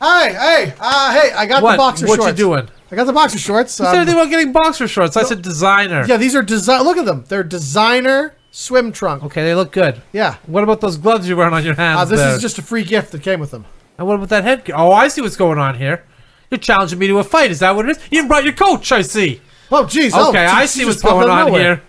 C: Hey, hey, uh, hey! I got
A: What?
C: the boxer
A: what
C: shorts.
A: you doing?
C: I got the boxer shorts.
A: You
C: um,
A: said anything about getting boxer shorts? I said designer.
C: Yeah, these are design. Look at them. They're designer swim trunk.
A: Okay, they look good.
C: Yeah.
A: What about those gloves you're wearing on your hands?
C: Uh, this
A: there?
C: is just a free gift that came with them.
A: And what about that head? Oh, I see what's going on here. You're challenging me to a fight. Is that what it is? You even brought your coach. I see.
C: Oh, jeez. oh,
A: okay, I
C: geez,
A: see
C: she
A: what's
C: just popped
A: going
C: out
A: on
C: of nowhere.
A: here.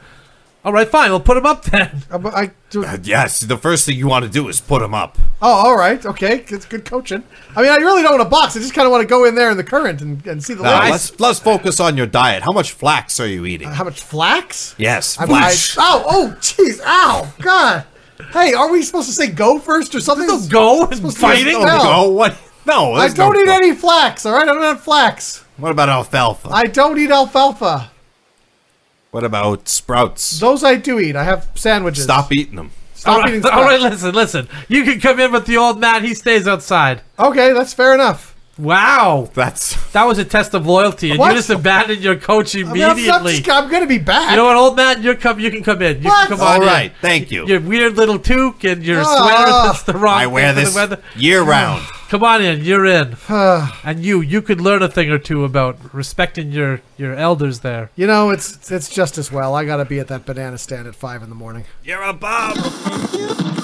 A: All right, fine. We'll put him up then.
C: Uh, but I do-
B: Uh, Yes, the first thing you want to do is put them up.
C: oh, all right. Okay. It's good coaching. I mean, I really don't want to box. I just kind of want to go in there in the current and, and see the
B: Now,
C: ladies.
B: let's let's focus on your diet. How much flax are you eating?
C: How much flax?
B: Yes,
C: Uh, I mean, I,
B: flax.
C: oh, oh, jeez. Ow. God. Hey, are we supposed to say go first or something?
A: They'll go and fighting.
C: no.
B: No, what? No,
C: I
B: there's no
C: don't eat
B: flax.
C: any flax, all right? I don't have flax.
B: What about alfalfa?
C: I don't eat alfalfa.
B: what about sprouts?
C: Those I do eat. I have sandwiches.
B: Stop eating them.
A: All
C: Oh, Stop eating
A: right,
C: flax.
A: all right, listen, listen. You can come in with the old man. He stays outside.
C: Okay, that's fair enough.
A: Wow,
B: That's
A: that was a test of loyalty, and
C: What?
A: you just abandoned your coach
C: I mean, I'm-
A: immediately.
C: I'm, just- I'm gonna be back.
A: you know what, old man? You come. You can come in. You
C: What?
A: can come on
B: all
A: in.
B: right. Thank you.
A: Your weird little toque and your
C: Ah.
A: sweater that's the wrong
B: I wear
A: thing for
B: this
A: the weather.
B: year round.
A: Come on in. You're in. and you, you could learn a thing or two about respecting your your elders there.
C: You know, it's it's just as well. I gotta be at that banana stand at five in the morning.
B: You're a bum.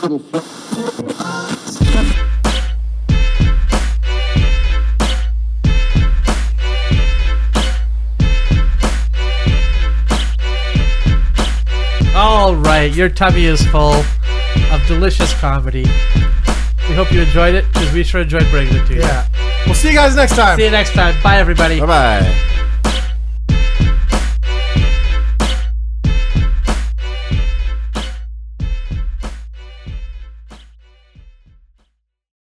A: All right, your tummy is full of delicious comedy. We hope you enjoyed it because we sure enjoyed bringing it to you.
C: Yeah. We'll see you guys next time.
A: See you next time. Bye, everybody.
B: Bye bye.